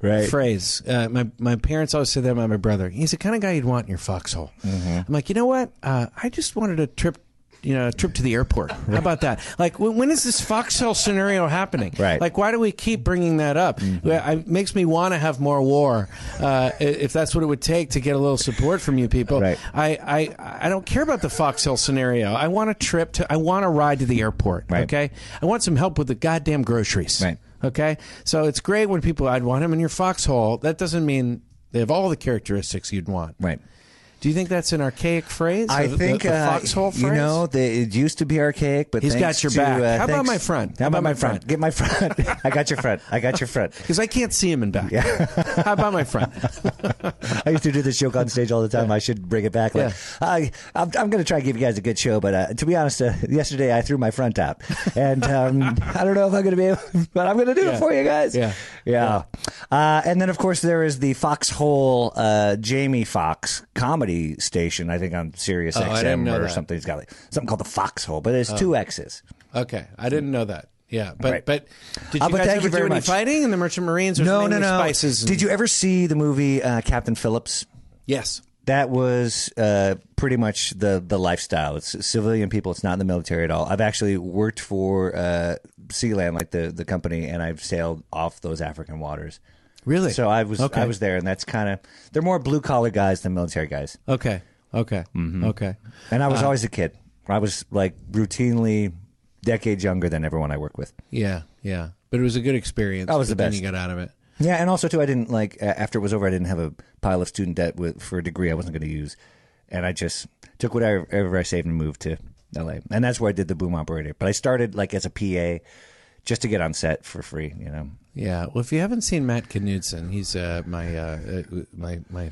Speaker 5: Right.
Speaker 2: phrase. Uh, my my parents always say that about my brother. He's the kind of guy you'd want in your foxhole.
Speaker 5: Mm-hmm.
Speaker 2: I'm like, you know what? Uh, I just wanted a trip. You know, a trip to the airport. How about that? Like, when, when is this foxhole scenario happening?
Speaker 5: Right.
Speaker 2: Like, why do we keep bringing that up?
Speaker 5: Mm-hmm.
Speaker 2: Well, It makes me want to have more war, uh, i- if that's what it would take to get a little support from you people.
Speaker 5: Right.
Speaker 2: I, I, I don't care about the foxhole scenario. I want a trip to. I want a ride to the airport.
Speaker 5: Right.
Speaker 2: Okay. I want some help with the goddamn groceries.
Speaker 5: Right.
Speaker 2: Okay. So it's great when people, I'd want him in your foxhole. That doesn't mean they have all the characteristics you'd want.
Speaker 5: Right.
Speaker 2: Do you think that's an archaic phrase?
Speaker 5: I
Speaker 2: The- the-
Speaker 5: think
Speaker 2: the,
Speaker 5: uh,
Speaker 2: foxhole phrase.
Speaker 5: You know, the, it used to be archaic, but
Speaker 2: He's
Speaker 5: thanks
Speaker 2: got your
Speaker 5: to,
Speaker 2: back.
Speaker 5: uh,
Speaker 2: How about
Speaker 5: thanks-
Speaker 2: my front?
Speaker 5: How about my front? Get my front. <laughs> I got your front. I got your front.
Speaker 2: because I can't see him in back. <laughs> How about my
Speaker 5: <laughs>
Speaker 2: friend?
Speaker 5: I used to do this joke on stage all the time. I should bring it back. Like, I, I'm, I'm going to try to give you guys a good show, but uh, to be honest, uh, yesterday I threw my front out, and um,
Speaker 2: <laughs>
Speaker 5: I don't know if I'm going to be able, <laughs> but I'm going to do
Speaker 2: Yeah.
Speaker 5: it for you guys.
Speaker 2: Yeah.
Speaker 5: yeah. Uh, and then of course there is the Foxhole uh, Jamie Fox comedy station. I think on Sirius
Speaker 2: Oh, I didn't
Speaker 5: XM
Speaker 2: know
Speaker 5: or
Speaker 2: that. Oh.
Speaker 5: something. It's got like something called the Foxhole, but it's two X's.
Speaker 2: Okay, I didn't know that. Yeah, but
Speaker 5: Right.
Speaker 2: but did you
Speaker 5: Uh, but
Speaker 2: guys
Speaker 5: thank
Speaker 2: ever
Speaker 5: you
Speaker 2: do
Speaker 5: very
Speaker 2: any
Speaker 5: much.
Speaker 2: fighting in the Merchant Marines? Or is it
Speaker 5: No, no,
Speaker 2: mainly
Speaker 5: no.
Speaker 2: Spices. and-
Speaker 5: Did you ever see the movie uh, Captain Phillips?
Speaker 2: Yes.
Speaker 5: that was uh, pretty much the the lifestyle. It's civilian people. It's not the military at all. I've actually worked for uh, Sealand, like the the company, and I've sailed off those African waters.
Speaker 2: Really?
Speaker 5: So I was
Speaker 2: Okay.
Speaker 5: I was there, and that's kind of they're more blue collar guys than military guys.
Speaker 2: Okay. Okay.
Speaker 5: Mm-hmm.
Speaker 2: Okay.
Speaker 5: And I was
Speaker 2: Uh-huh.
Speaker 5: always a kid. I was like routinely decades younger than everyone I work with.
Speaker 2: Yeah. Yeah. But it was a good experience.
Speaker 5: That was
Speaker 2: but
Speaker 5: the
Speaker 2: then
Speaker 5: best.
Speaker 2: you got out of it.
Speaker 5: Yeah, and also too, I didn't like a- after it was over, I didn't have a pile of student debt with, for a degree I wasn't going to use, and I just took whatever, whatever I saved and moved to LA. And that's where I did the boom operator. But I started like as a PA just to get on set for free, you know.
Speaker 6: Yeah. Well, if you haven't seen Matt Knudsen, he's uh, my uh, uh, my my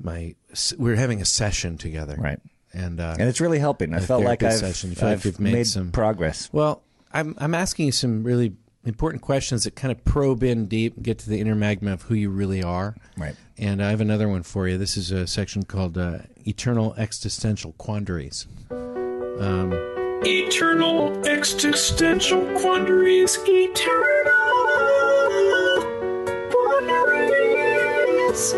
Speaker 6: my. We're having a session together,
Speaker 5: Right.
Speaker 6: And uh,
Speaker 5: And it's really helping. I
Speaker 6: A
Speaker 5: felt like
Speaker 6: therapy
Speaker 5: I've,
Speaker 6: session. You feel like
Speaker 5: I've
Speaker 6: you've made
Speaker 5: made,
Speaker 6: some-
Speaker 5: progress.
Speaker 6: well, I'm I'm asking you some really important questions that kind of probe in deep, get to the inner magma of who you really are.
Speaker 5: Right.
Speaker 6: And I have another one for you. This is a section called uh, "Eternal Existential Quandaries."
Speaker 3: Eternal existential quandaries, eternal quandaries.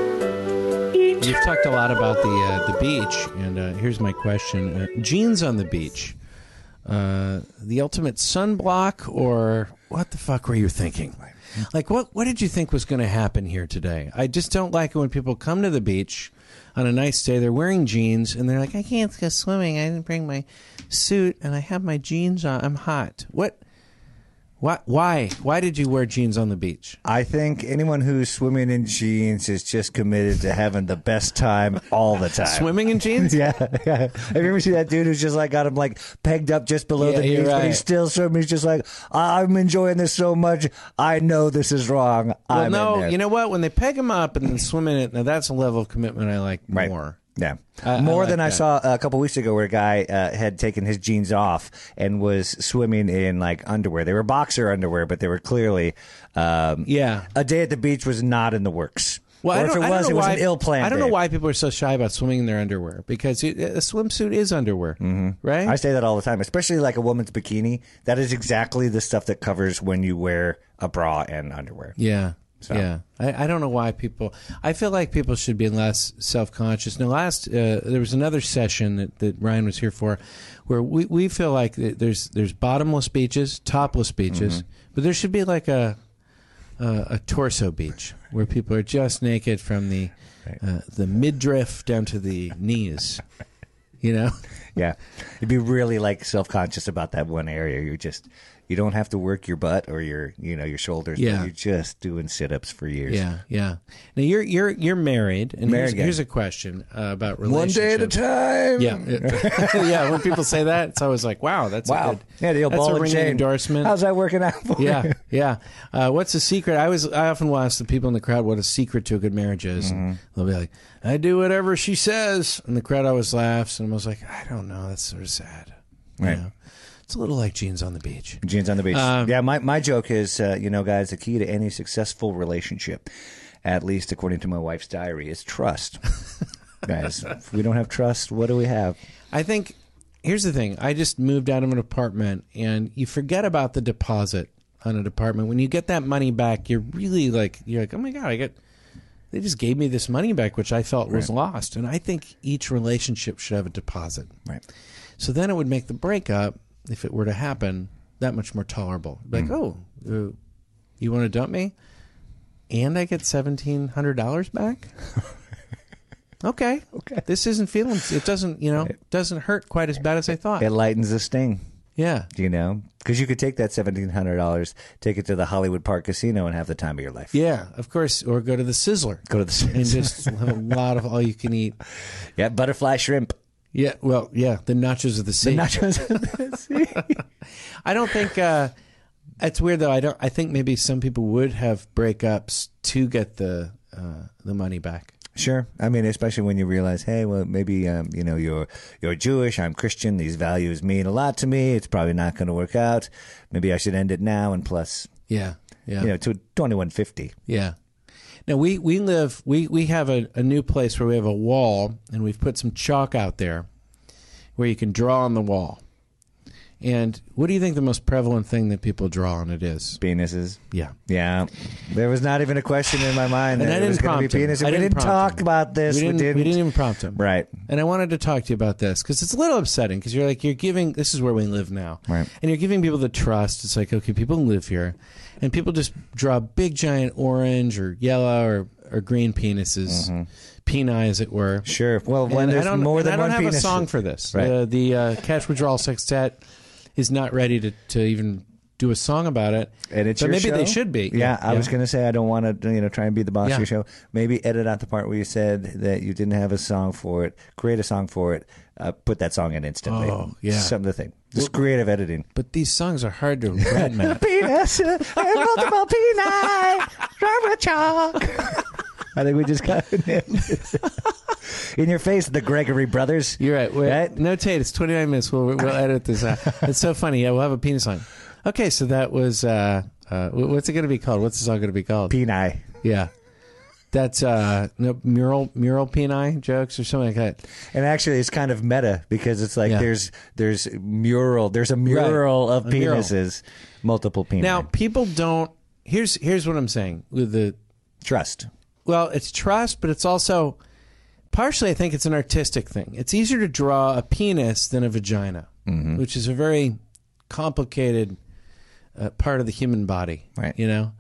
Speaker 6: You've talked a lot about the uh, the beach, and uh, here's my question: uh, jeans on the beach, uh, the ultimate sunblock, or what the fuck were you thinking? Like, what what did you think was going to happen here today? I just don't like it when people come to the beach on a nice day. They're wearing jeans, and they're like, "I can't go swimming. I didn't bring my suit, and I have my jeans on. I'm hot." What? Why? Why? Why did you wear jeans on the beach?
Speaker 5: I think anyone who's swimming in jeans is just committed to having the best time all the time.
Speaker 6: Swimming in <laughs> jeans?
Speaker 5: <laughs> Yeah, yeah. Have you ever seen that dude who's just like got him like pegged up just below
Speaker 6: Yeah,
Speaker 5: the
Speaker 6: you're
Speaker 5: knees, but
Speaker 6: right.
Speaker 5: he's still swimming? He's just like, I'm enjoying this so much. I know this is wrong.
Speaker 6: Well,
Speaker 5: I'm
Speaker 6: no,
Speaker 5: in there.
Speaker 6: you know what? When they peg him up and then swim in it, now that's a level of commitment I like
Speaker 5: Right.
Speaker 6: more.
Speaker 5: Yeah,
Speaker 6: I- I
Speaker 5: more
Speaker 6: like
Speaker 5: than I
Speaker 6: that.
Speaker 5: saw a couple weeks ago, where a guy uh, had taken his jeans off and was swimming in like underwear. They were boxer underwear, but they were clearly um,
Speaker 6: Yeah.
Speaker 5: A day at the beach was not in the works.
Speaker 6: Well,
Speaker 5: or
Speaker 6: I
Speaker 5: if
Speaker 6: don't,
Speaker 5: it
Speaker 6: I don't
Speaker 5: was,
Speaker 6: know
Speaker 5: it was
Speaker 6: why,
Speaker 5: an ill plan.
Speaker 6: I don't know why people are so shy about swimming in their underwear because it, a swimsuit is underwear, mm-hmm. right?
Speaker 5: I say that all the time, especially like a woman's bikini. That is exactly the stuff that covers when you wear a bra and underwear.
Speaker 6: yeah. Yeah, I, I don't know why people. I feel like people should be less self conscious. Now, last uh, there was another session that, that Ryan was here for, where we, we feel like th- there's there's bottomless beaches, topless beaches, but there should be like a a, a torso beach where people are just naked from the uh, the midriff down to the knees. You know,
Speaker 5: Yeah, you'd be really like self conscious about that one area. You just you don't have to work your butt or your you know your shoulders. but
Speaker 6: Yeah.
Speaker 5: you're just doing sit ups for years.
Speaker 6: yeah, yeah. Now you're you're you're married, and here's,
Speaker 5: Married guy.
Speaker 6: here's a question uh, about
Speaker 5: One
Speaker 6: relationships.
Speaker 5: day at a time.
Speaker 6: Yeah, yeah. <laughs> When people say that, it's always like, "Wow, that's
Speaker 5: Wow.
Speaker 6: A good,
Speaker 5: yeah, the old
Speaker 6: that's
Speaker 5: ball
Speaker 6: a
Speaker 5: and
Speaker 6: ringing
Speaker 5: chain.
Speaker 6: endorsement."
Speaker 5: How's that working out for you?
Speaker 6: yeah, yeah. Uh, what's the secret? I was I often will ask the people in the crowd what a secret to a good marriage is, and they'll be like, "I do whatever she says," and the crowd always laughs, and I was like, "I don't know. That's sort of sad." You
Speaker 5: Right.
Speaker 6: know? It's a little like jeans on the beach.
Speaker 5: Jeans on the beach.
Speaker 6: Um,
Speaker 5: yeah, my, my joke is, uh, you know, guys, the key to any successful relationship, at least according to my wife's diary,
Speaker 6: <laughs>
Speaker 5: is trust. guys, if we don't have trust, what do we have?
Speaker 6: I think here's the thing. I just moved out of an apartment, and you forget about the deposit on an apartment. When you get that money back, you're really like you're like, oh my god, I got. They just gave me this money back, which I felt was lost. And I think each relationship should have a deposit.
Speaker 5: Right.
Speaker 6: So then it would make the breakup, if it were to happen, that much more tolerable. Like, oh, uh, you want to dump me? And I get seventeen hundred dollars <laughs> back. okay. Okay. This isn't feeling. It doesn't. You know, doesn't hurt quite as bad as I thought.
Speaker 5: It lightens the sting,
Speaker 6: yeah.
Speaker 5: you know? Because you could take that $1,700, take it to the Hollywood Park Casino and have the time of your life.
Speaker 6: Yeah. Of course. Or go to the Sizzler
Speaker 5: Go to the <laughs>
Speaker 6: and just have a lot of all you can eat.
Speaker 5: yeah, butterfly shrimp.
Speaker 6: Yeah. Well. Yeah. The nachos of the sea.
Speaker 5: Nachos.
Speaker 6: I don't think uh, it's weird though. I don't. I think maybe some people would have breakups to get the uh, the money back.
Speaker 5: Sure. I mean, especially when you realize, hey, well, maybe um, you know you're you're Jewish, I'm Christian. These values mean a lot to me. It's probably not going to work out. Maybe I should end it now. And plus,
Speaker 6: Yeah. Yeah.
Speaker 5: you know, to twenty one fifty.
Speaker 6: Yeah. Now we we live we we have a, a new place where we have a wall and we've put some chalk out there where you can draw on the wall. And what do you think the most prevalent thing that people draw on it is?
Speaker 5: Penises.
Speaker 6: Yeah.
Speaker 5: Yeah. There was not even a question in my mind
Speaker 6: And
Speaker 5: that
Speaker 6: I
Speaker 5: it was
Speaker 6: didn't
Speaker 5: going to
Speaker 6: prompt
Speaker 5: be
Speaker 6: him.
Speaker 5: penis.
Speaker 6: I
Speaker 5: we
Speaker 6: didn't
Speaker 5: didn't
Speaker 6: prompt
Speaker 5: talk
Speaker 6: him.
Speaker 5: about this.
Speaker 6: We didn't,
Speaker 5: didn't.
Speaker 6: even prompt him.
Speaker 5: Right.
Speaker 6: And I wanted to talk to you about this because it's a little upsetting because you're like, you're giving, this is where we live now.
Speaker 5: Right.
Speaker 6: And you're giving people the trust. It's like, okay, people live here and people just draw big, giant orange or yellow or, or green penises,
Speaker 5: Mm-hmm.
Speaker 6: peni, as it were. <laughs>
Speaker 5: Sure. Well, when
Speaker 6: And
Speaker 5: there's
Speaker 6: I don't,
Speaker 5: more
Speaker 6: and
Speaker 5: than
Speaker 6: I don't
Speaker 5: one
Speaker 6: have
Speaker 5: penis.
Speaker 6: a song for this.
Speaker 5: Right. <laughs>
Speaker 6: Uh, the uh, Cash Withdrawal Sextet is not ready to, to even
Speaker 2: do a song about it.
Speaker 5: And it's
Speaker 2: but
Speaker 5: your
Speaker 2: maybe they
Speaker 5: show?
Speaker 2: should be.
Speaker 5: Yeah, I was gonna say I don't want to you know try and be the boss
Speaker 2: Yeah.
Speaker 5: of your show. Maybe edit out the part where you said that you didn't have a song for it. Create a song for it. Uh, put that song in instantly.
Speaker 2: Oh, yeah.
Speaker 5: something to think. Just creative editing.
Speaker 2: But these songs are
Speaker 6: <laughs>
Speaker 2: hard to write, man.
Speaker 5: <laughs> Penis uh, and
Speaker 2: <laughs>
Speaker 5: multiple penis. Rubber chalk. I think we just got
Speaker 2: <laughs>
Speaker 5: in your face, the Gregory brothers.
Speaker 2: You're right. We're,
Speaker 5: Right?
Speaker 2: No, Tate, it's 29 minutes. We'll, we'll edit this
Speaker 5: <laughs>
Speaker 2: out. It's so funny. Yeah, we'll have a penis song. Okay, so that was, uh, uh, wh- what's it going to be called? What's the song going to be called?
Speaker 5: Peni.
Speaker 2: yeah. That's uh, no, mural mural peni jokes or something like that.
Speaker 5: And actually, it's kind of meta because it's like
Speaker 2: Yeah.
Speaker 5: there's there's mural, there's a mural of
Speaker 2: A mural.
Speaker 5: penises, multiple peni.
Speaker 2: Now, people don't. Here's here's what I'm saying with the
Speaker 5: trust.
Speaker 2: well, it's trust, but it's also partially, I think, it's an artistic thing. It's easier to draw a penis than a vagina, which is a very complicated uh, part of the human body.
Speaker 5: Right.
Speaker 2: You know,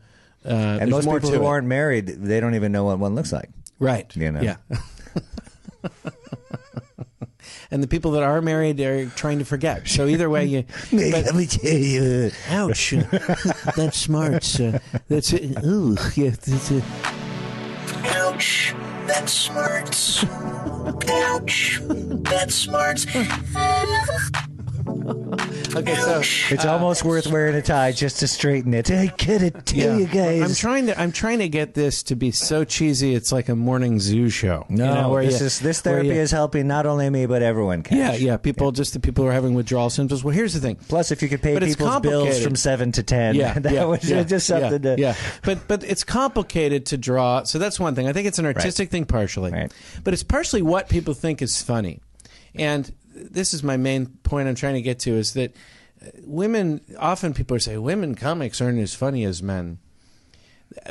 Speaker 2: uh,
Speaker 5: And most people who
Speaker 2: it.
Speaker 5: aren't married, they don't even know what one looks like.
Speaker 2: right.
Speaker 5: you know. <laughs>
Speaker 2: Yeah. and the people that are married are trying to forget. So either way, <laughs> you. but-
Speaker 5: me tell you.
Speaker 2: Ouch. uh, that's smart. Uh, that's it. Ooh, yeah. That's uh, it.
Speaker 6: Ouch, that <laughs> smarts. Ouch, that <laughs> smarts.
Speaker 2: Okay, so
Speaker 5: It's almost worth wearing a tie just to straighten it. I get it too, you guys.
Speaker 2: I'm trying to I'm trying to get this to be so cheesy it's like a morning zoo show.
Speaker 5: No,
Speaker 2: you know, where
Speaker 5: this
Speaker 2: you-
Speaker 5: is this
Speaker 2: where
Speaker 5: therapy
Speaker 2: you-
Speaker 5: is helping not only me but everyone. Cash.
Speaker 2: Yeah, yeah. People just the people who are having withdrawal symptoms. Well here's the thing.
Speaker 5: Plus, if you could pay
Speaker 2: But it's
Speaker 5: people's bills
Speaker 2: complicated.
Speaker 5: from seven to ten,
Speaker 2: Yeah,
Speaker 5: <laughs> that
Speaker 2: yeah,
Speaker 5: was
Speaker 2: yeah,
Speaker 5: just something
Speaker 2: yeah,
Speaker 5: to.
Speaker 2: yeah. But but it's complicated to draw. So that's one thing. I think it's an artistic thing partially,
Speaker 5: Right.
Speaker 2: but it's partially what people think is funny. And this is my main point I'm trying to get to is that uh, women often people say women comics aren't as funny as men.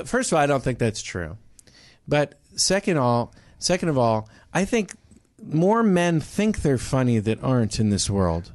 Speaker 2: First of all, I don't think that's true. But second all, second of all, I think more men think they're funny that aren't in this world,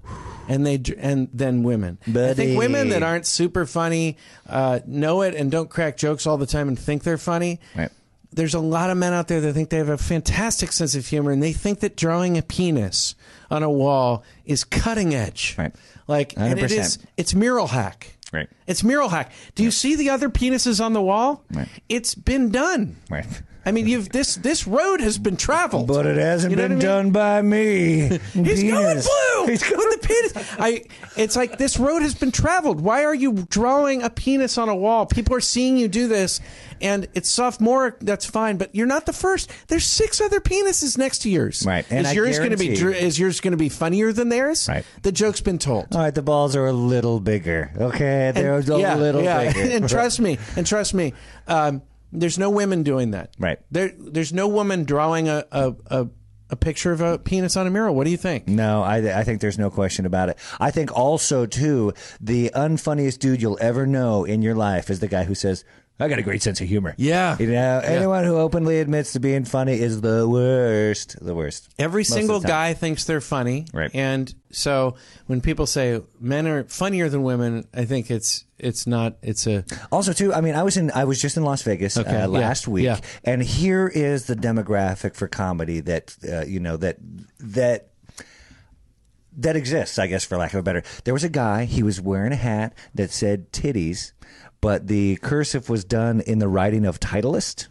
Speaker 2: and they dr- and than women. I
Speaker 5: Buddy.
Speaker 2: think women that aren't super funny uh, know it and don't crack jokes all the time and think they're funny.
Speaker 5: Right.
Speaker 2: There's a lot of men out there that think they have a fantastic sense of humor, and they think that drawing a penis on a wall is cutting edge.
Speaker 5: Right.
Speaker 2: Like, and it
Speaker 5: 100%.
Speaker 2: is. It's mural hack.
Speaker 5: Right.
Speaker 2: It's mural hack. Do you see the other penises on the wall?
Speaker 5: Right.
Speaker 2: It's been done.
Speaker 5: Right.
Speaker 2: I mean, you've this this road has been traveled,
Speaker 5: But it hasn't
Speaker 2: You know
Speaker 5: been
Speaker 2: what I mean?
Speaker 5: done by me.
Speaker 2: <laughs> He's
Speaker 5: Penis. <laughs>
Speaker 2: going blue
Speaker 5: He's going
Speaker 2: with the penis. I. It's like this road has been traveled. Why are you drawing a penis on a wall? People are seeing you do this, and it's sophomoric. That's fine, but you're not the first. There's six other penises next to yours.
Speaker 5: Right, and
Speaker 2: is
Speaker 5: I
Speaker 2: yours going to be
Speaker 5: guarantee-
Speaker 2: dr- is yours going to be funnier than theirs?
Speaker 5: Right.
Speaker 2: The joke's been told.
Speaker 5: All right, the balls are a little bigger. Okay, they're
Speaker 2: And-
Speaker 5: a little <laughs> bigger.
Speaker 2: and trust me, and trust me, um, there's no women doing that.
Speaker 5: Right.
Speaker 2: There, there's no woman drawing a, a, a, a picture of a penis on a mural. What do you think?
Speaker 5: No, I, I think there's no question about it. I think also too the unfunniest dude you'll ever know in your life is the guy who says, "I got a great sense of humor."
Speaker 2: Yeah.
Speaker 5: you know, anyone who openly admits to being funny is the worst. The worst.
Speaker 2: Every
Speaker 5: Most of
Speaker 2: single
Speaker 5: the time.
Speaker 2: guy thinks they're funny.
Speaker 5: Right.
Speaker 2: And so when people say men are funnier than women, I think it's it's not it's a
Speaker 5: Also, too, I mean, I was in, I was just in Las Vegas
Speaker 2: Okay, yeah,
Speaker 5: uh, last week,
Speaker 2: yeah.
Speaker 5: and here is the demographic for comedy that uh, you know that that that exists, I guess, for lack of a better. There was a guy; he was wearing a hat that said "titties," but the cursive was done in the writing of Titleist.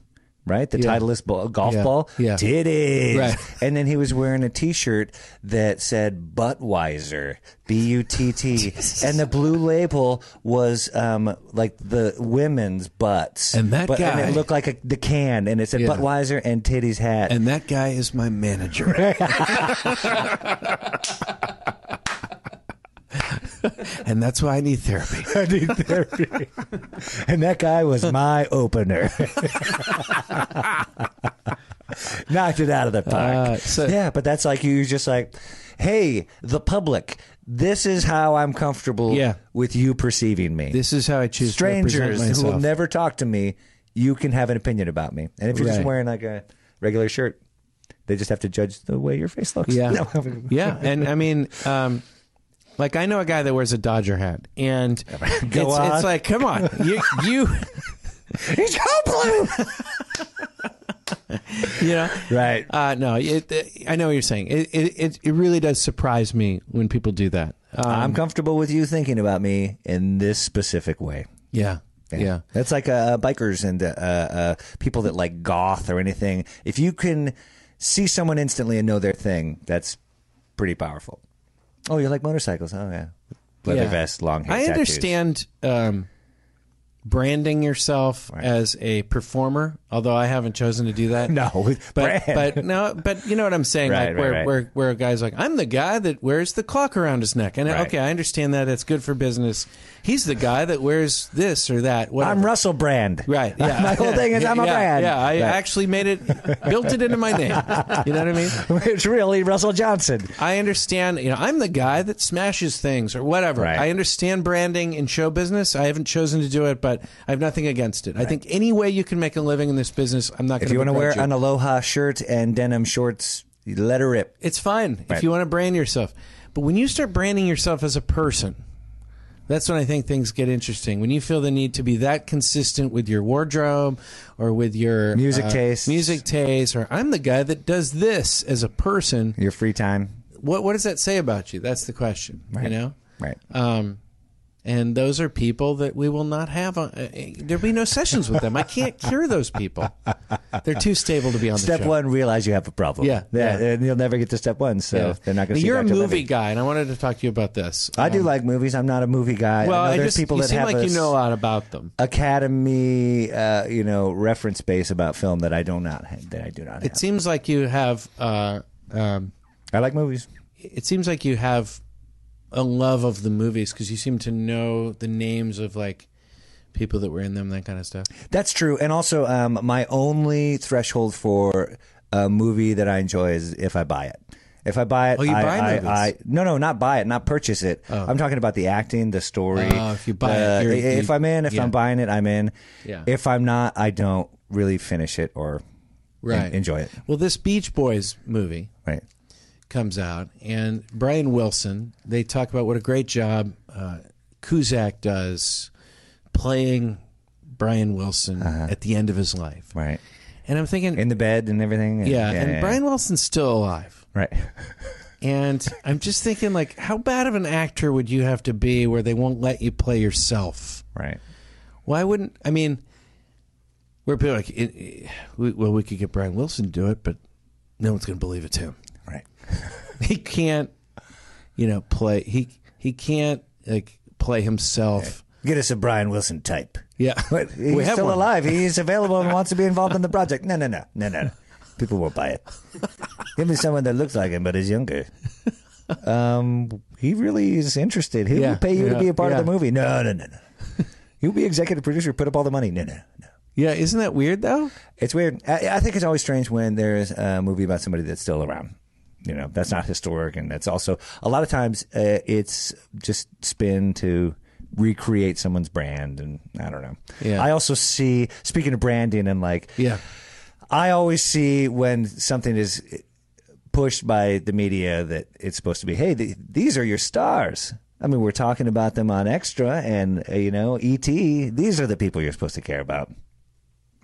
Speaker 5: Right, the Titleist ball, golf
Speaker 2: Yeah,
Speaker 5: ball,
Speaker 2: yeah.
Speaker 5: titties,
Speaker 2: Right.
Speaker 5: <laughs> and then he was wearing a T-shirt that said Budweiser,
Speaker 2: <laughs>
Speaker 5: B-U-T-T, and the blue label was um, like the women's butts,
Speaker 2: And that
Speaker 5: but,
Speaker 2: guy-
Speaker 5: and it looked like a, the can, and it said
Speaker 2: Yeah.
Speaker 5: Budweiser and titties hat,
Speaker 2: and that guy is my <laughs> manager. and that's why I need therapy.
Speaker 5: I need therapy. and that guy was my opener. <laughs> Knocked it out of the park.
Speaker 2: Uh, so-
Speaker 5: yeah, but that's like you just like, hey, the public, this is how I'm comfortable
Speaker 2: Yeah.
Speaker 5: with you perceiving me.
Speaker 2: This is how I choose to represent
Speaker 5: Strangers who
Speaker 2: myself.
Speaker 5: will never talk to me, you can have an opinion about me. And if you're
Speaker 2: Right.
Speaker 5: just wearing like a regular shirt, they just have to judge the way your face looks. <laughs>
Speaker 2: Yeah.
Speaker 5: No.
Speaker 2: yeah. And I mean, um, like I know a guy that wears a Dodger hat and it's,
Speaker 5: on.
Speaker 2: it's
Speaker 5: <laughs>
Speaker 2: like, come on, you, you,
Speaker 5: He's so blue.
Speaker 2: <laughs> you know?
Speaker 5: Right.
Speaker 2: Uh, no, it, I know what you're saying. It, it, it, it really does surprise me when people do that. Um,
Speaker 5: I'm comfortable with you thinking about me in this specific way.
Speaker 2: yeah, yeah.
Speaker 5: That's like uh, bikers and uh, uh, people that like goth or anything. If you can see someone instantly and know their thing, that's pretty powerful. Oh, you like motorcycles? Oh, yeah. Leather
Speaker 2: Yeah.
Speaker 5: vest, long hair.
Speaker 2: I
Speaker 5: tattoos.
Speaker 2: understand um, branding yourself as a performer, although I haven't chosen to do that.
Speaker 5: No,
Speaker 2: But,
Speaker 5: brand.
Speaker 2: but no, but you know what I'm saying?
Speaker 5: Right,
Speaker 2: like
Speaker 5: right,
Speaker 2: where,
Speaker 5: right.
Speaker 2: where where a guy's like, I'm the guy that wears the clock around his neck, and
Speaker 5: Right.
Speaker 2: okay, I understand that. That's good for business. He's the guy that wears this or that. Whatever.
Speaker 5: I'm Russell Brand.
Speaker 2: Right. Yeah.
Speaker 5: <laughs> My whole thing is I'm
Speaker 2: <laughs>
Speaker 5: a
Speaker 2: yeah,
Speaker 5: brand.
Speaker 2: Yeah. I
Speaker 5: Right.
Speaker 2: actually made it, built it into my name. <laughs> You know what I mean?
Speaker 5: <laughs> it's really Russell Johnson.
Speaker 2: I understand, you know, I'm the guy that smashes things or whatever.
Speaker 5: Right.
Speaker 2: I understand branding in show business. I haven't chosen to do it, but I have nothing against it. I think any way you can make a living in this business, I'm not going
Speaker 5: If you want to wear
Speaker 2: you.
Speaker 5: an Aloha shirt and denim shorts, let her rip.
Speaker 2: it's fine if
Speaker 5: Right.
Speaker 2: you want to brand yourself. But when you start branding yourself as a person, that's when I think things get interesting. When you feel the need to be that consistent with your wardrobe or with your uh,
Speaker 5: Music tastes.
Speaker 2: music taste, or I'm the guy that does this as a person.
Speaker 5: Your free time.
Speaker 2: What what does that say about you? That's the question. You know,
Speaker 5: Right.
Speaker 2: um, and those are people that we will not have. On, uh, uh, there'll be no sessions with them. I can't cure those people. They're too stable to be on the
Speaker 5: Step
Speaker 2: show.
Speaker 5: one, realize you have a problem.
Speaker 2: Yeah,
Speaker 5: yeah,
Speaker 2: yeah.
Speaker 5: And you'll never get to step one, so
Speaker 2: Yeah.
Speaker 5: they're not
Speaker 2: Now,
Speaker 5: going to.
Speaker 2: You're a movie guy, and I wanted to talk to you about this.
Speaker 5: I do
Speaker 2: Um,
Speaker 5: like movies. I'm not a movie guy.
Speaker 2: Well,
Speaker 5: I know
Speaker 2: I
Speaker 5: there's
Speaker 2: Uh, just
Speaker 5: people
Speaker 2: you
Speaker 5: that
Speaker 2: seem
Speaker 5: have
Speaker 2: like
Speaker 5: a
Speaker 2: you know uh, a
Speaker 5: s-
Speaker 2: lot about them.
Speaker 5: Academy, uh, you know, reference base about film that I do not ha- that I do not
Speaker 2: It
Speaker 5: have.
Speaker 2: seems like you have. Uh, um,
Speaker 5: I like movies.
Speaker 2: it seems like you have a love of the movies because you seem to know the names of like people that were in them, that kind of stuff.
Speaker 5: That's true. And also, um, my only threshold for a movie that I enjoy is if I buy it. If I buy it,
Speaker 2: Oh, you
Speaker 5: I,
Speaker 2: buy
Speaker 5: I,
Speaker 2: movies?
Speaker 5: I- no, no, not buy it, not purchase it. I'm talking about the acting, the story.
Speaker 2: Oh, if you buy it,
Speaker 5: the-
Speaker 2: you're-
Speaker 5: if
Speaker 2: you-
Speaker 5: I'm in, if
Speaker 2: yeah.
Speaker 5: I'm buying it, I'm in.
Speaker 2: Yeah.
Speaker 5: If I'm not, I don't really finish it or en-
Speaker 2: Right.
Speaker 5: enjoy it.
Speaker 2: Well, this Beach Boys movie
Speaker 5: Right.
Speaker 2: comes out, and Brian Wilson. They talk about what a great job uh, Kuzak does playing Brian Wilson at the end of his life.
Speaker 5: Right.
Speaker 2: And I'm thinking,
Speaker 5: In the bed and everything.
Speaker 2: yeah, and Brian Wilson's still alive.
Speaker 5: Right. <laughs>
Speaker 2: And I'm just thinking, like, how bad of an actor would you have to be where they won't let you play yourself?
Speaker 5: right.
Speaker 2: Why wouldn't I mean? Where people are like, it, it- we, well, we could get Brian Wilson to do it, but no one's going to believe it's him.
Speaker 5: Right.
Speaker 2: <laughs> He can't, you know, play. He he can't like play himself.
Speaker 5: Get us a Brian Wilson type.
Speaker 2: Yeah, <laughs>
Speaker 5: <laughs> But he's
Speaker 2: We have
Speaker 5: still
Speaker 2: one.
Speaker 5: alive. He's available and wants to be involved in the project. No, no, no, no, no. no. People won't buy it. Give me someone that looks like him but is younger. Um, he really is interested. He'll
Speaker 2: Yeah,
Speaker 5: pay you to
Speaker 2: yeah,
Speaker 5: be a part of the
Speaker 2: yeah.
Speaker 5: movie. No, no, no, no. He'll be executive producer. Put up all the money. No, no, no.
Speaker 2: Yeah, isn't that weird though?
Speaker 5: It's weird. I, I think it's always strange when there is a movie about somebody that's still around. You know, that's not historic, and that's also a lot of times uh, it's just spin to recreate someone's brand, and I don't know.
Speaker 2: Yeah.
Speaker 5: I also see speaking of branding and like,
Speaker 2: Yeah,
Speaker 5: I always see when something is pushed by the media that it's supposed to be, hey, th- these are your stars. I mean, we're talking about them on Extra and uh, you know, ET. These are the people you're supposed to care about.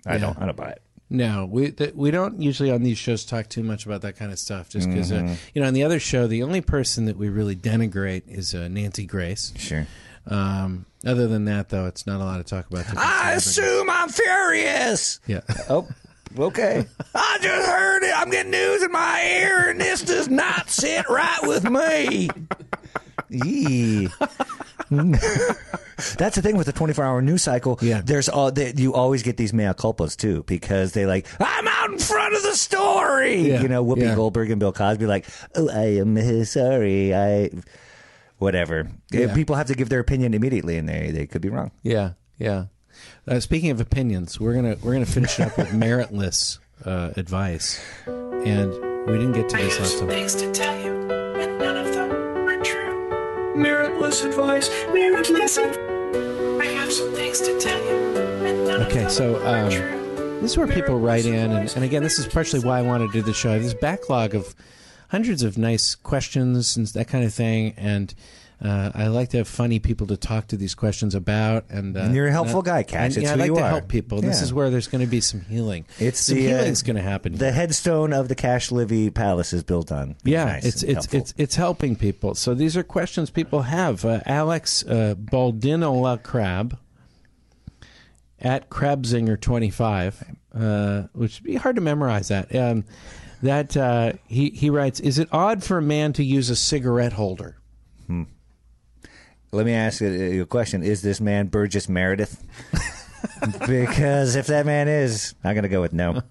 Speaker 5: I
Speaker 2: Yeah.
Speaker 5: don't. I don't buy it.
Speaker 2: no, we th- we don't usually on these shows talk too much about that kind of stuff. Just because uh, you know, on the other show, the only person that we really denigrate is uh, Nancy Grace.
Speaker 5: Sure.
Speaker 2: Um, other than that, though, it's not a lot of talk about. different
Speaker 5: I
Speaker 2: celebrities.
Speaker 5: assume I'm furious.
Speaker 2: Yeah.
Speaker 5: Oh, okay. <laughs> I just heard it. I'm getting news in my ear, and this does not sit right with me. <laughs> Yee. That's the thing with the 24 hour news cycle.
Speaker 2: Yeah.
Speaker 5: There's all that you always get these mea culpas too because they like, I'm out in front of the story.
Speaker 2: Yeah.
Speaker 5: You know, Whoopi
Speaker 2: Yeah.
Speaker 5: Goldberg and Bill Cosby, like, oh, I am sorry. I, whatever.
Speaker 2: Yeah.
Speaker 5: People have to give their opinion immediately and they, they could be wrong.
Speaker 2: Yeah, yeah. Uh, speaking of opinions, we're gonna we're gonna finish up with meritless uh, advice, and we didn't get to
Speaker 6: I
Speaker 2: this
Speaker 6: have
Speaker 2: last
Speaker 6: some
Speaker 2: time.
Speaker 6: things to tell you, and none of them are true.
Speaker 3: Meritless advice.
Speaker 6: Meritless. I have some things to tell you, and none of
Speaker 2: Okay,
Speaker 6: them
Speaker 2: so,
Speaker 6: are
Speaker 2: um,
Speaker 6: true.
Speaker 2: This is where people write in, and, and again, this is partially why I wanted to do the show. I have this backlog of hundreds of nice questions and that kind of thing. And uh, I like to have funny people to talk to these questions about. And, uh,
Speaker 5: And you're a helpful guy, Cash.
Speaker 2: and,
Speaker 5: It's
Speaker 2: yeah,
Speaker 5: who
Speaker 2: I like
Speaker 5: you
Speaker 2: to
Speaker 5: are.
Speaker 2: help people. This
Speaker 5: Yeah.
Speaker 2: is where there's going to be some healing.
Speaker 5: It's
Speaker 2: some
Speaker 5: the, uh,
Speaker 2: healing's going to happen.
Speaker 5: The
Speaker 2: here.
Speaker 5: headstone of the Cash Livy Palace is built on. being
Speaker 2: Yeah,
Speaker 5: nice
Speaker 2: it's
Speaker 5: and
Speaker 2: it's
Speaker 5: helpful.
Speaker 2: it's it's helping people. So these are questions people have. Uh, Alex uh, Baldinola Crab at Crabzinger twenty five, uh, which would be hard to memorize that. Um, that uh, he he writes: Is it odd for a man to use a cigarette holder?
Speaker 5: Let me ask you a question: Is this man
Speaker 2: <laughs>
Speaker 5: Burgess Meredith? because if that man is, I'm gonna go
Speaker 2: <laughs>
Speaker 5: with no.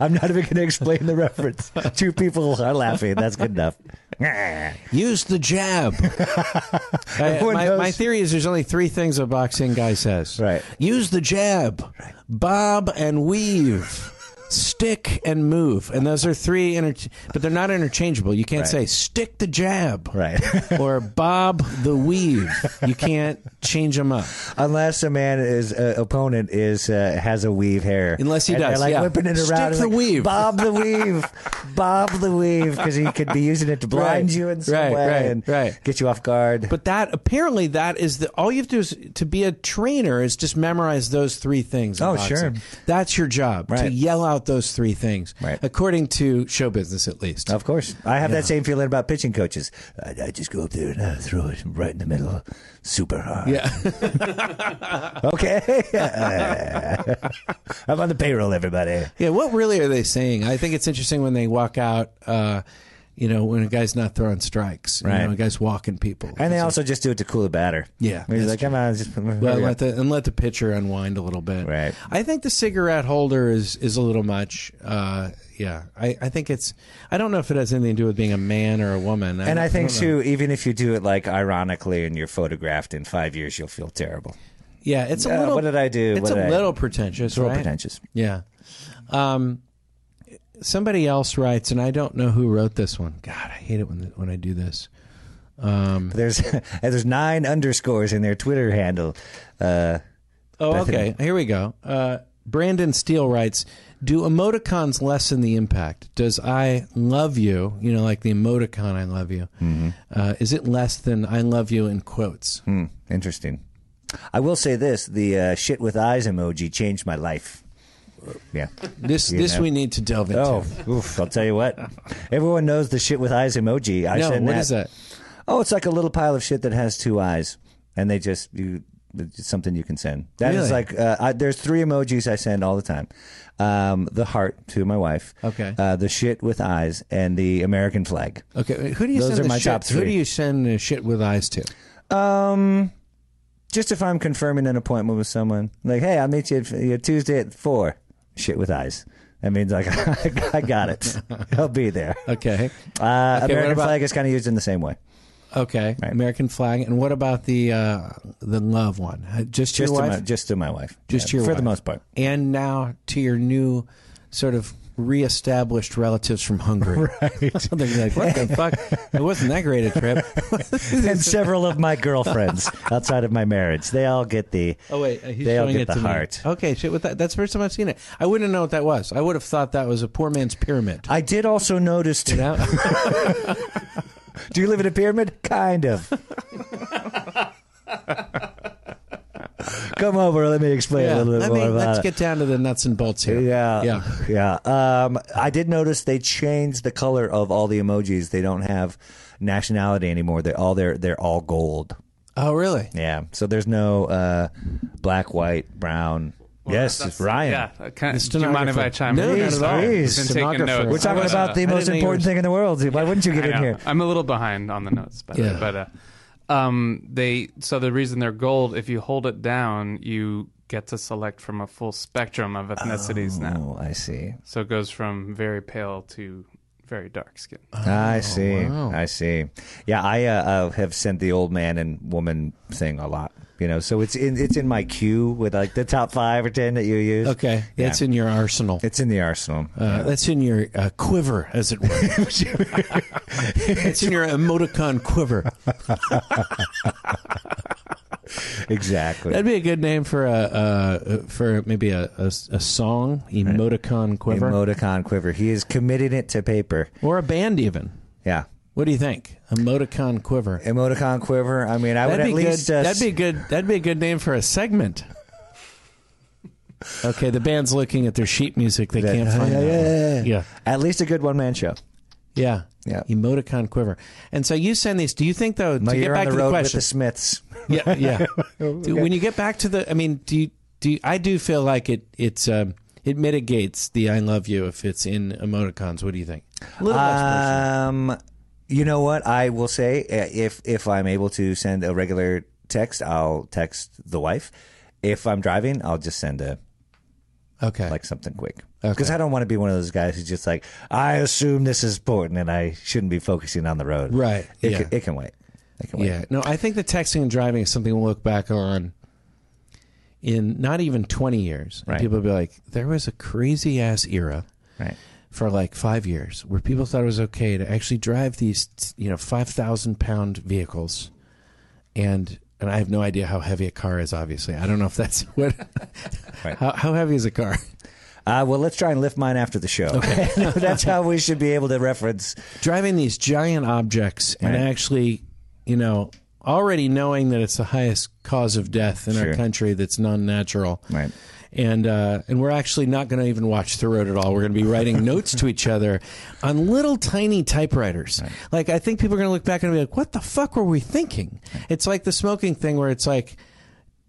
Speaker 5: I'm not even gonna explain the reference. Two people are laughing. That's good enough.
Speaker 2: Uh, Use the jab. I-
Speaker 5: Everyone
Speaker 2: my,
Speaker 5: knows-
Speaker 2: my theory is there's only three things a boxing guy says.
Speaker 5: Right.
Speaker 2: Use the jab, bob and weave, stick and move, and those are three. Inter- but they're not interchangeable. You can't
Speaker 5: Right.
Speaker 2: say stick the jab,
Speaker 5: Right. <laughs>
Speaker 2: or bob the weave. You can't change them up.
Speaker 5: Unless a man is uh, opponent is uh, has a weave hair.
Speaker 2: Unless he
Speaker 5: And they're,
Speaker 2: does,
Speaker 5: like
Speaker 2: yeah.
Speaker 5: whipping it around.
Speaker 2: Stick
Speaker 5: and
Speaker 2: the
Speaker 5: like,
Speaker 2: weave.
Speaker 5: Bob
Speaker 2: <laughs>
Speaker 5: the weave, Bob the weave, because he could be using it to blind
Speaker 2: Right.
Speaker 5: you in some
Speaker 2: Right,
Speaker 5: way
Speaker 2: right,
Speaker 5: and
Speaker 2: right.
Speaker 5: get you off guard.
Speaker 2: But that apparently that is the all you have to do is to be a trainer is just memorize those three things. in
Speaker 5: Oh,
Speaker 2: boxing.
Speaker 5: sure.
Speaker 2: that's your job to
Speaker 5: Right.
Speaker 2: yell out those three things,
Speaker 5: Right.
Speaker 2: according to show business at least.
Speaker 5: Of course. I have that same feeling about pitching coaches. I, I just go up there and I throw it right in the middle, super hard.
Speaker 2: Yeah.
Speaker 5: <laughs>
Speaker 2: <laughs>
Speaker 5: Okay. <laughs> I'm on the payroll, everybody.
Speaker 2: Yeah, what really are they saying? I think it's interesting when they walk out. Uh, you know, when a guy's not throwing strikes, you
Speaker 5: Right.
Speaker 2: know, a guy's walking people,
Speaker 5: And they also just do it to cool the batter.
Speaker 2: Yeah,
Speaker 5: He's
Speaker 2: that's
Speaker 5: like, come on. <laughs> Just,
Speaker 2: well, let the and let the pitcher unwind a little bit.
Speaker 5: Right.
Speaker 2: I think the cigarette holder is is a little much. Uh, yeah, I, I think it's. I don't know if it has anything to do with being a man or a woman.
Speaker 5: and I think,
Speaker 2: don't know.
Speaker 5: too, even if you do it like ironically and you're photographed in five years, you'll feel terrible.
Speaker 2: Yeah, it's a
Speaker 5: Uh,
Speaker 2: little.
Speaker 5: what did I do?
Speaker 2: It's
Speaker 5: What did
Speaker 2: a
Speaker 5: I-
Speaker 2: little pretentious.
Speaker 5: It's real
Speaker 2: right?
Speaker 5: pretentious.
Speaker 2: Yeah. Um, somebody else writes, and I don't know who wrote this one. God, I hate it when when I do this.
Speaker 5: There's, <laughs> and there's nine underscores in their Twitter handle. Uh,
Speaker 2: Oh,
Speaker 5: Bethany.
Speaker 2: okay. Here we go. Uh, Brandon Steele writes, "Do emoticons lessen the impact? Does I love you, you know, like the emoticon I love you, uh, is it less than I love you in quotes?
Speaker 5: Hmm, interesting. I will say this: the uh, shit with eyes emoji changed my life. Yeah.
Speaker 2: This
Speaker 5: You
Speaker 2: this
Speaker 5: know.
Speaker 2: we need to delve into.
Speaker 5: Oh, <laughs> oof, I'll tell you what. Everyone knows the shit with eyes emoji. I
Speaker 2: no,
Speaker 5: send
Speaker 2: what
Speaker 5: that.
Speaker 2: is that?
Speaker 5: Oh, it's like a little pile of shit that has two eyes, and they just you. It's something you can send. That is
Speaker 2: Really?
Speaker 5: like uh, I, there's three emojis I send all the time. Um, the heart to my wife.
Speaker 2: Okay.
Speaker 5: Uh, the shit with eyes and the American flag.
Speaker 2: Okay, who do you
Speaker 5: Those
Speaker 2: send
Speaker 5: are
Speaker 2: the
Speaker 5: my
Speaker 2: shit?
Speaker 5: top
Speaker 2: Who
Speaker 5: three.
Speaker 2: do you send the shit with eyes to?
Speaker 5: Um, just if I'm confirming an appointment with someone, like, hey, I'll meet you, at, you know, Tuesday at four. Shit with eyes. That means like I <laughs> got it. I'll be there.
Speaker 2: Okay,
Speaker 5: Uh,
Speaker 2: Okay, what
Speaker 5: American
Speaker 2: about-
Speaker 5: flag is kind of used in the same way.
Speaker 2: okay,
Speaker 5: Right.
Speaker 2: American flag. And what about the uh, the love one? Uh, Just,
Speaker 5: Just
Speaker 2: your
Speaker 5: to
Speaker 2: wife?
Speaker 5: my, just to my wife.
Speaker 2: Just
Speaker 5: Yeah,
Speaker 2: your
Speaker 5: for the
Speaker 2: wife.
Speaker 5: most part. <laughs>
Speaker 2: and now to your new sort of reestablished relatives from Hungary. <laughs> Right. They're like, what the fuck? It wasn't that great a <laughs> trip.
Speaker 5: and several of my girlfriends outside of my marriage, they all get the.
Speaker 2: <laughs> oh wait, uh, he's
Speaker 5: they all
Speaker 2: showing
Speaker 5: get
Speaker 2: it
Speaker 5: the
Speaker 2: to
Speaker 5: heart.
Speaker 2: me. Okay, shit. With that, that's the first time I've seen it. I wouldn't know what that was. I would have thought that was a poor man's pyramid. <laughs>
Speaker 5: I did also notice.
Speaker 2: You know?
Speaker 5: do you live in a pyramid?
Speaker 2: <laughs>
Speaker 5: Kind of. Come over. Let me explain
Speaker 2: Yeah,
Speaker 5: a little bit
Speaker 2: let
Speaker 5: more
Speaker 2: me,
Speaker 5: about
Speaker 2: let's
Speaker 5: it.
Speaker 2: get down to the nuts and bolts here.
Speaker 5: Yeah,
Speaker 2: yeah.
Speaker 5: yeah, Um, I did notice they changed the color of all the emojis. They don't have nationality anymore. They all they're they're all gold.
Speaker 2: Oh, really?
Speaker 5: Yeah, so there's no uh, black, white, brown. yes,
Speaker 4: that's- <laughs>
Speaker 5: Ryan.
Speaker 4: Yeah. uh, Can,
Speaker 2: The
Speaker 4: do you mind if
Speaker 2: stenographer.
Speaker 4: I chime
Speaker 2: No,
Speaker 4: in?
Speaker 2: not at all.
Speaker 4: I've
Speaker 5: Please,
Speaker 4: been taking
Speaker 2: stenographer.
Speaker 4: notes.
Speaker 5: We're talking
Speaker 4: I was, uh,
Speaker 5: about the
Speaker 2: I didn't
Speaker 5: most
Speaker 2: know you
Speaker 5: important
Speaker 2: were-
Speaker 5: thing in the world. Why wouldn't you get
Speaker 4: I
Speaker 5: in
Speaker 4: know.
Speaker 5: here?
Speaker 4: I'm a little behind on the notes, by the
Speaker 2: Yeah.
Speaker 4: way. But uh, um, they so the reason they're gold, if you hold it down, you get to select from a full spectrum of ethnicities now.
Speaker 5: Oh, I see.
Speaker 4: So it goes from very pale to very dark skin.
Speaker 5: I see.
Speaker 2: Oh, wow.
Speaker 5: I see. Yeah, I uh, uh, have sent the old man and woman thing a lot. You know, so it's in it's in my queue with like the top five or ten that you use.
Speaker 2: Okay,
Speaker 5: Yeah.
Speaker 2: that's in your arsenal.
Speaker 5: It's in the arsenal.
Speaker 2: Uh, That's in your uh, quiver, as <laughs> it were. it's in your emoticon quiver.
Speaker 5: exactly.
Speaker 2: That'd be a good name for a uh, for maybe a, a, a song emoticon quiver
Speaker 5: Emoticon quiver. He is committing it to paper.
Speaker 2: or a band even.
Speaker 5: Yeah.
Speaker 2: What do you think? Emoticon quiver.
Speaker 5: Emoticon quiver. I mean, I
Speaker 2: That'd be
Speaker 5: would at least.
Speaker 2: good.
Speaker 5: Uh,
Speaker 2: that'd be good. That'd be a good name for a segment. <laughs> Okay, the band's looking at their sheet music. They
Speaker 5: that-
Speaker 2: can't find
Speaker 5: yeah,
Speaker 2: that
Speaker 5: yeah,
Speaker 2: one.
Speaker 5: yeah, yeah.
Speaker 2: Yeah.
Speaker 5: At least a good one man show.
Speaker 2: Yeah.
Speaker 5: Yeah.
Speaker 2: Emoticon quiver. And so you send these. Do you think though?
Speaker 5: My
Speaker 2: to
Speaker 5: year
Speaker 2: get
Speaker 5: on
Speaker 2: back
Speaker 5: the
Speaker 2: to the
Speaker 5: road with
Speaker 2: question.
Speaker 5: the Smiths.
Speaker 2: yeah, <laughs> yeah. Do- When you get back to the, I mean, do you, do you, I do feel like it? It's um, it mitigates the "I love you" if it's in emoticons. What do you think? A little less personal.
Speaker 5: Um, you know what I will say uh, if if I'm able to send a regular text, I'll text the wife. If I'm driving, I'll just send a
Speaker 2: Okay.
Speaker 5: like something quick
Speaker 2: Okay.
Speaker 5: because I don't want to be one of those guys who's just like I assume this is important and I shouldn't be focusing on the road.
Speaker 2: Right.
Speaker 5: It,
Speaker 2: Yeah.
Speaker 5: can, it can wait. It can wait.
Speaker 2: yeah. No, I think the texting and driving is something we'll look back on in not even twenty years. And
Speaker 5: Right.
Speaker 2: People will be like, there was a crazy ass era
Speaker 5: Right.
Speaker 2: for like five years where people thought it was okay to actually drive these you know five thousand pound vehicles, and and I have no idea how heavy a car is. Obviously, I don't know if that's <laughs> what.
Speaker 5: Right.
Speaker 2: How, how heavy is a car?
Speaker 5: Uh, well, let's try and lift mine after the show. <laughs> That's how we should be able to reference.
Speaker 2: Driving these giant objects and
Speaker 5: Right.
Speaker 2: actually, you know, already knowing that it's the highest cause of death in
Speaker 5: Sure.
Speaker 2: our country that's non-natural.
Speaker 5: Right.
Speaker 2: And uh, and we're actually not going to even watch the road at all. We're going to be
Speaker 5: <laughs>
Speaker 2: writing notes to each other on little tiny typewriters. Like I think people are going to look back and be like, "What the fuck were we thinking?" It's like the smoking thing where it's like,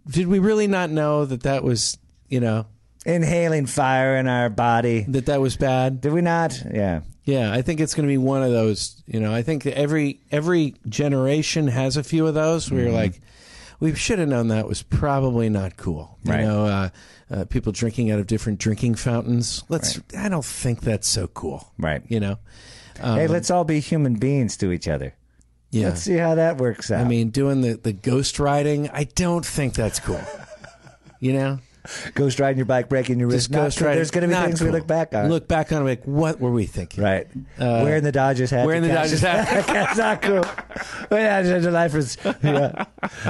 Speaker 2: "Did we really not know that that was you know
Speaker 5: Inhaling fire in our body.
Speaker 2: that that was bad?"
Speaker 5: Did we not? Yeah.
Speaker 2: Yeah, I think it's going to be one of those. You know, I think that every every generation has a few of those where you're
Speaker 5: Mm-hmm.
Speaker 2: like, we should have known that was probably not cool.
Speaker 5: Right.
Speaker 2: You know, uh, uh, people drinking out of different drinking fountains. Let's. I don't think that's so cool.
Speaker 5: Right.
Speaker 2: You know.
Speaker 5: hey, let's all be human beings to each other.
Speaker 2: Yeah.
Speaker 5: Let's see how that works out.
Speaker 2: I mean, doing the the ghost riding. I don't think that's
Speaker 5: <laughs>
Speaker 2: cool. you know.
Speaker 5: ghost riding your bike, breaking your wrist.
Speaker 2: Just
Speaker 5: Not
Speaker 2: ghost
Speaker 5: cool.
Speaker 2: riding.
Speaker 5: There's going to be
Speaker 2: not
Speaker 5: things we
Speaker 2: cool.
Speaker 5: look back on.
Speaker 2: Look back on it, like what were we thinking?
Speaker 5: Right. Wearing the Dodgers hat.
Speaker 2: Wearing
Speaker 5: to
Speaker 2: the
Speaker 5: catch- <laughs>
Speaker 2: Dodgers hat.
Speaker 5: That's not cool. Yeah, it's- it's- life is yeah.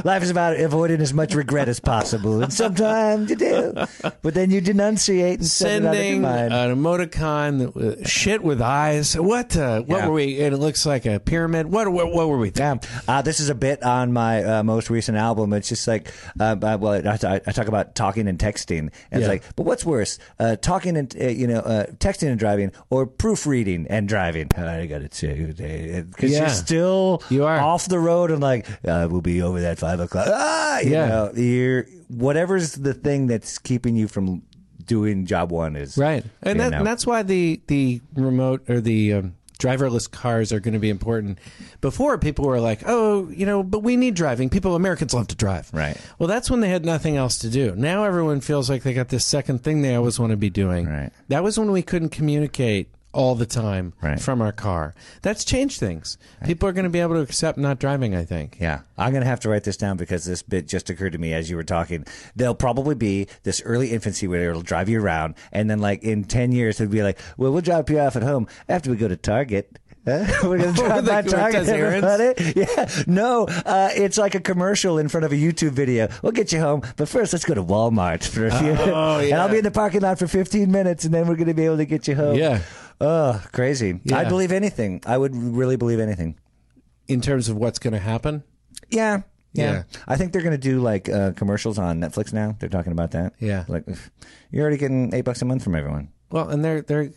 Speaker 5: life is about avoiding as much regret as possible, and sometimes you do, but then you denunciate and send it out of your
Speaker 2: sending
Speaker 5: mind.
Speaker 2: an emoticon that w- shit with eyes. What uh, what
Speaker 5: Yeah.
Speaker 2: were we? And it looks like a pyramid. What what, what were we? Thinking?
Speaker 5: Yeah, uh, this is a bit on my uh, most recent album. It's just like, uh, uh, well, I, I I talk about talking and texting, and it's
Speaker 2: Yeah.
Speaker 5: like, but what's worse, uh, talking and uh, you know, uh, texting and driving, or proofreading and driving? And I gotta say, because
Speaker 2: Yeah.
Speaker 5: you're still
Speaker 2: You are.
Speaker 5: off the road and like, I will be over that five o'clock. Ah, you
Speaker 2: Yeah.
Speaker 5: know, you're whatever's the thing that's keeping you from doing job one is
Speaker 2: Right, and
Speaker 5: you
Speaker 2: that,
Speaker 5: know.
Speaker 2: and that's why the the remote or the um, driverless cars are going to be important. Before people were like, oh, you know, but we need driving. People Americans love to drive.
Speaker 5: Right.
Speaker 2: Well, that's when they had nothing else to do. Now everyone feels like they got this second thing they always want to be doing.
Speaker 5: Right.
Speaker 2: That was when we couldn't communicate all the time
Speaker 5: Right.
Speaker 2: from our car. That's changed things. People are going to be able to accept not driving. I think.
Speaker 5: Yeah, I'm gonna have to write this down because this bit just occurred to me as you were talking. There'll probably be this early infancy where it'll drive you around, and then like in ten years, it'll be like, "Well, we'll drop you off at home after we go to Target." <laughs> Huh?
Speaker 2: <laughs>
Speaker 5: We're gonna drop
Speaker 2: They
Speaker 5: by
Speaker 2: go
Speaker 5: Target,
Speaker 2: does errands?
Speaker 5: everybody. <laughs> Yeah, no, uh, it's like a commercial in front of a YouTube video. We'll get you home, but first, let's go to Walmart for a
Speaker 2: <laughs>
Speaker 5: few.
Speaker 2: Oh,
Speaker 5: and
Speaker 2: yeah.
Speaker 5: I'll be in the parking lot for 15 minutes, and then we're gonna be able to get you home.
Speaker 2: Yeah.
Speaker 5: Oh, crazy!
Speaker 2: Yeah.
Speaker 5: I'd believe anything. I would really believe anything.
Speaker 2: in terms of what's going to happen.
Speaker 5: Yeah. Yeah.
Speaker 2: Yeah.
Speaker 5: I think they're going to do like uh, commercials on Netflix now. They're talking about that.
Speaker 2: Yeah.
Speaker 5: Like, "Ugh, you're already getting eight bucks a month from everyone.
Speaker 2: Well, and they're they're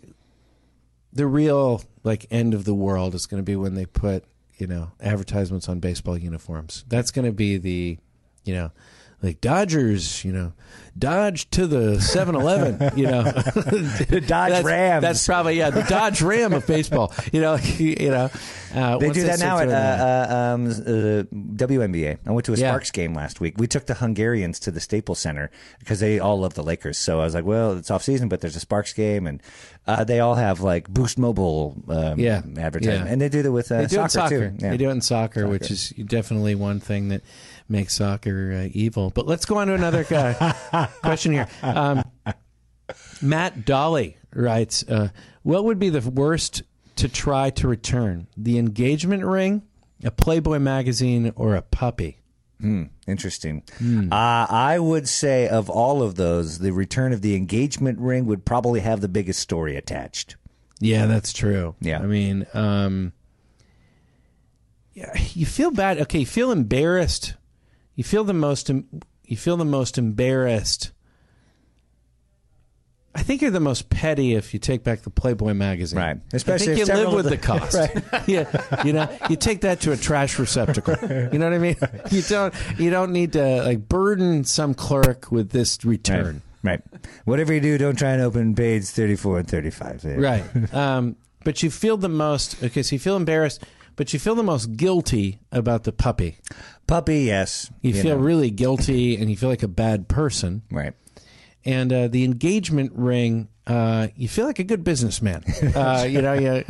Speaker 2: the real like end of the world is going to be when they put you know advertisements on baseball uniforms. That's going to be the you know like Dodgers, you know, Dodge to the
Speaker 5: <laughs>
Speaker 2: 7-Eleven, you know. the
Speaker 5: Dodge
Speaker 2: that's,
Speaker 5: Rams.
Speaker 2: That's probably yeah, the Dodge Ram of baseball. You know, <laughs> you know. Uh,
Speaker 5: They
Speaker 2: once
Speaker 5: do that now
Speaker 2: start doing
Speaker 5: at
Speaker 2: that.
Speaker 5: uh, uh, um, uh, WNBA. I went to a
Speaker 2: Yeah.
Speaker 5: Sparks game last week. We took the Hungarians to the Staples Center because they all love the Lakers. So I was like, well, it's off season, but there's a Sparks game, and uh, they all have like Boost Mobile um,
Speaker 2: Yeah.
Speaker 5: advertising,
Speaker 2: Yeah.
Speaker 5: and they do that with uh,
Speaker 2: They do it
Speaker 5: soccer,
Speaker 2: in soccer.
Speaker 5: too. Yeah.
Speaker 2: They do it in soccer, which is definitely one thing that makes soccer uh, evil. But let's go on to another
Speaker 5: <laughs>
Speaker 2: uh, question here. Um, Matt Dolly writes, uh, "What would be the worst to try to return? The engagement ring, a Playboy magazine, or a puppy?"
Speaker 5: Interesting.
Speaker 2: Hmm.
Speaker 5: Uh, I would say of all of those, the return of the engagement ring would probably have the biggest story attached.
Speaker 2: Yeah, that's true.
Speaker 5: Yeah.
Speaker 2: I mean, um, yeah, you feel bad. Okay, you feel embarrassed. You feel the most. em- You feel the most embarrassed. I think you're the most petty if you take back the Playboy magazine,
Speaker 5: Right. Especially
Speaker 2: I think
Speaker 5: if
Speaker 2: you
Speaker 5: several
Speaker 2: live with
Speaker 5: of
Speaker 2: the,
Speaker 5: the- <laughs>
Speaker 2: cost. <laughs> Yeah, you know, you take that to a trash receptacle. You know what I mean? <laughs> You don't. You don't need to like burden some clerk with this return.
Speaker 5: Right. Whatever you do, don't try and open page 34 and 35.
Speaker 2: Right. Um, but you feel the most, okay, so you feel embarrassed, but you feel the most guilty about the puppy.
Speaker 5: Puppy, yes.
Speaker 2: You, feel
Speaker 5: know.
Speaker 2: really guilty and you feel like a bad person.
Speaker 5: Right.
Speaker 2: And uh, the engagement ring, uh, you feel like a good businessman. Uh, you know, you,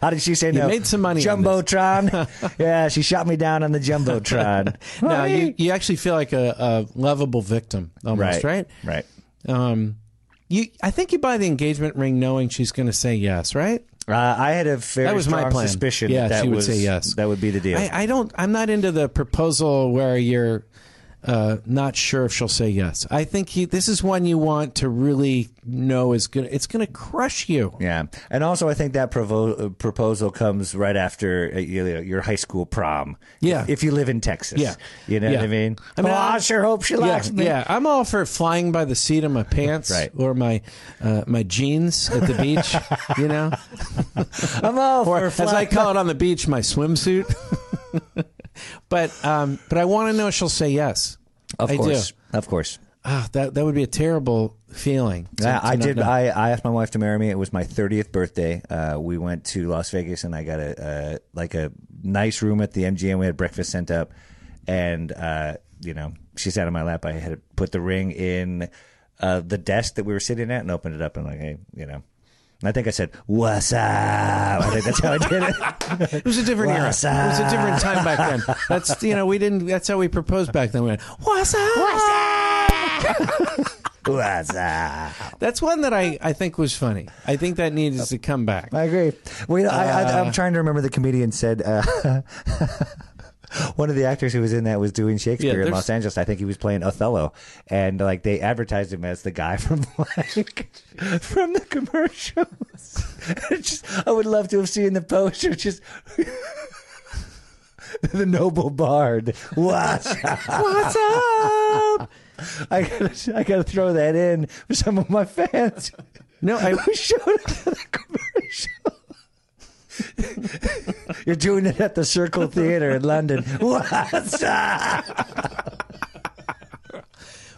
Speaker 5: How did she say no?
Speaker 2: made some money on this.
Speaker 5: Jumbotron.
Speaker 2: <laughs>
Speaker 5: yeah, she shot me down on the Jumbotron.
Speaker 2: no, you, you actually feel like a, a lovable victim almost,
Speaker 5: Right.
Speaker 2: right?
Speaker 5: Right.
Speaker 2: Um, you, I think you buy the engagement ring knowing she's going to say yes, right?
Speaker 5: Uh, I had a very
Speaker 2: That was my
Speaker 5: strong
Speaker 2: plan.
Speaker 5: suspicion
Speaker 2: Yeah,
Speaker 5: that, that
Speaker 2: she would
Speaker 5: was,
Speaker 2: say yes.
Speaker 5: That would be the deal.
Speaker 2: I, I don't. I'm not into the proposal where you're uh, not sure if she'll say yes. I think you, this is one you want to really know is going. It's going to crush you.
Speaker 5: yeah, and also I think that provo- uh, proposal comes right after uh, you know, your high school prom.
Speaker 2: Yeah.
Speaker 5: if, you live in Texas.
Speaker 2: Yeah.
Speaker 5: you know
Speaker 2: Yeah.
Speaker 5: what I mean.
Speaker 2: I mean,
Speaker 5: oh, I,
Speaker 2: I-
Speaker 5: sure hope she
Speaker 2: Yeah,
Speaker 5: likes me.
Speaker 2: yeah, I'm all for flying by the seat of my pants
Speaker 5: Right.
Speaker 2: or my uh, my jeans at the beach, you know,
Speaker 5: I'm all
Speaker 2: or
Speaker 5: for
Speaker 2: as
Speaker 5: flying
Speaker 2: I call it on the beach, my swimsuit. <laughs> but um, but I want to know she'll say yes.
Speaker 5: Of
Speaker 2: I do.
Speaker 5: course, of course.
Speaker 2: Ah, that that would be a terrible feeling. to-
Speaker 5: Yeah,
Speaker 2: to
Speaker 5: I
Speaker 2: not
Speaker 5: did.
Speaker 2: know.
Speaker 5: I, I asked my wife to marry me. It was my thirtieth birthday. Uh, we went to Las Vegas, and I got a uh, like a nice room at the MGM. We had breakfast sent up, and uh, you know she sat on my lap. I had put the ring in uh, the desk that we were sitting at, and opened it up, and like, hey, you know. And I think I said, "What's up?" I think that's how I did it. <laughs>
Speaker 2: It was a different era.
Speaker 5: What's
Speaker 2: It was a different time back then. That's you know we didn't. That's how we proposed back then. We went, what's up?
Speaker 5: What's up?
Speaker 2: That's one that I I think was funny. I think that needs to come back.
Speaker 5: I agree. Well, you know, I, I, I'm trying to remember the comedian said. Uh, <laughs> One of the actors who was in that was doing Shakespeare in
Speaker 2: there's-
Speaker 5: Los Angeles. I think he was playing Othello, and like they advertised him as the guy from <laughs> like from the commercials. <laughs> It's just, I would love to have seen the poster. Just <laughs> the noble bard. What's what's up? <laughs> I gotta I gotta throw that in for some of my fans
Speaker 2: No, I
Speaker 5: who <laughs> showed up to the commercial. You're doing it at the <laughs> Circle Theater in London. What's up?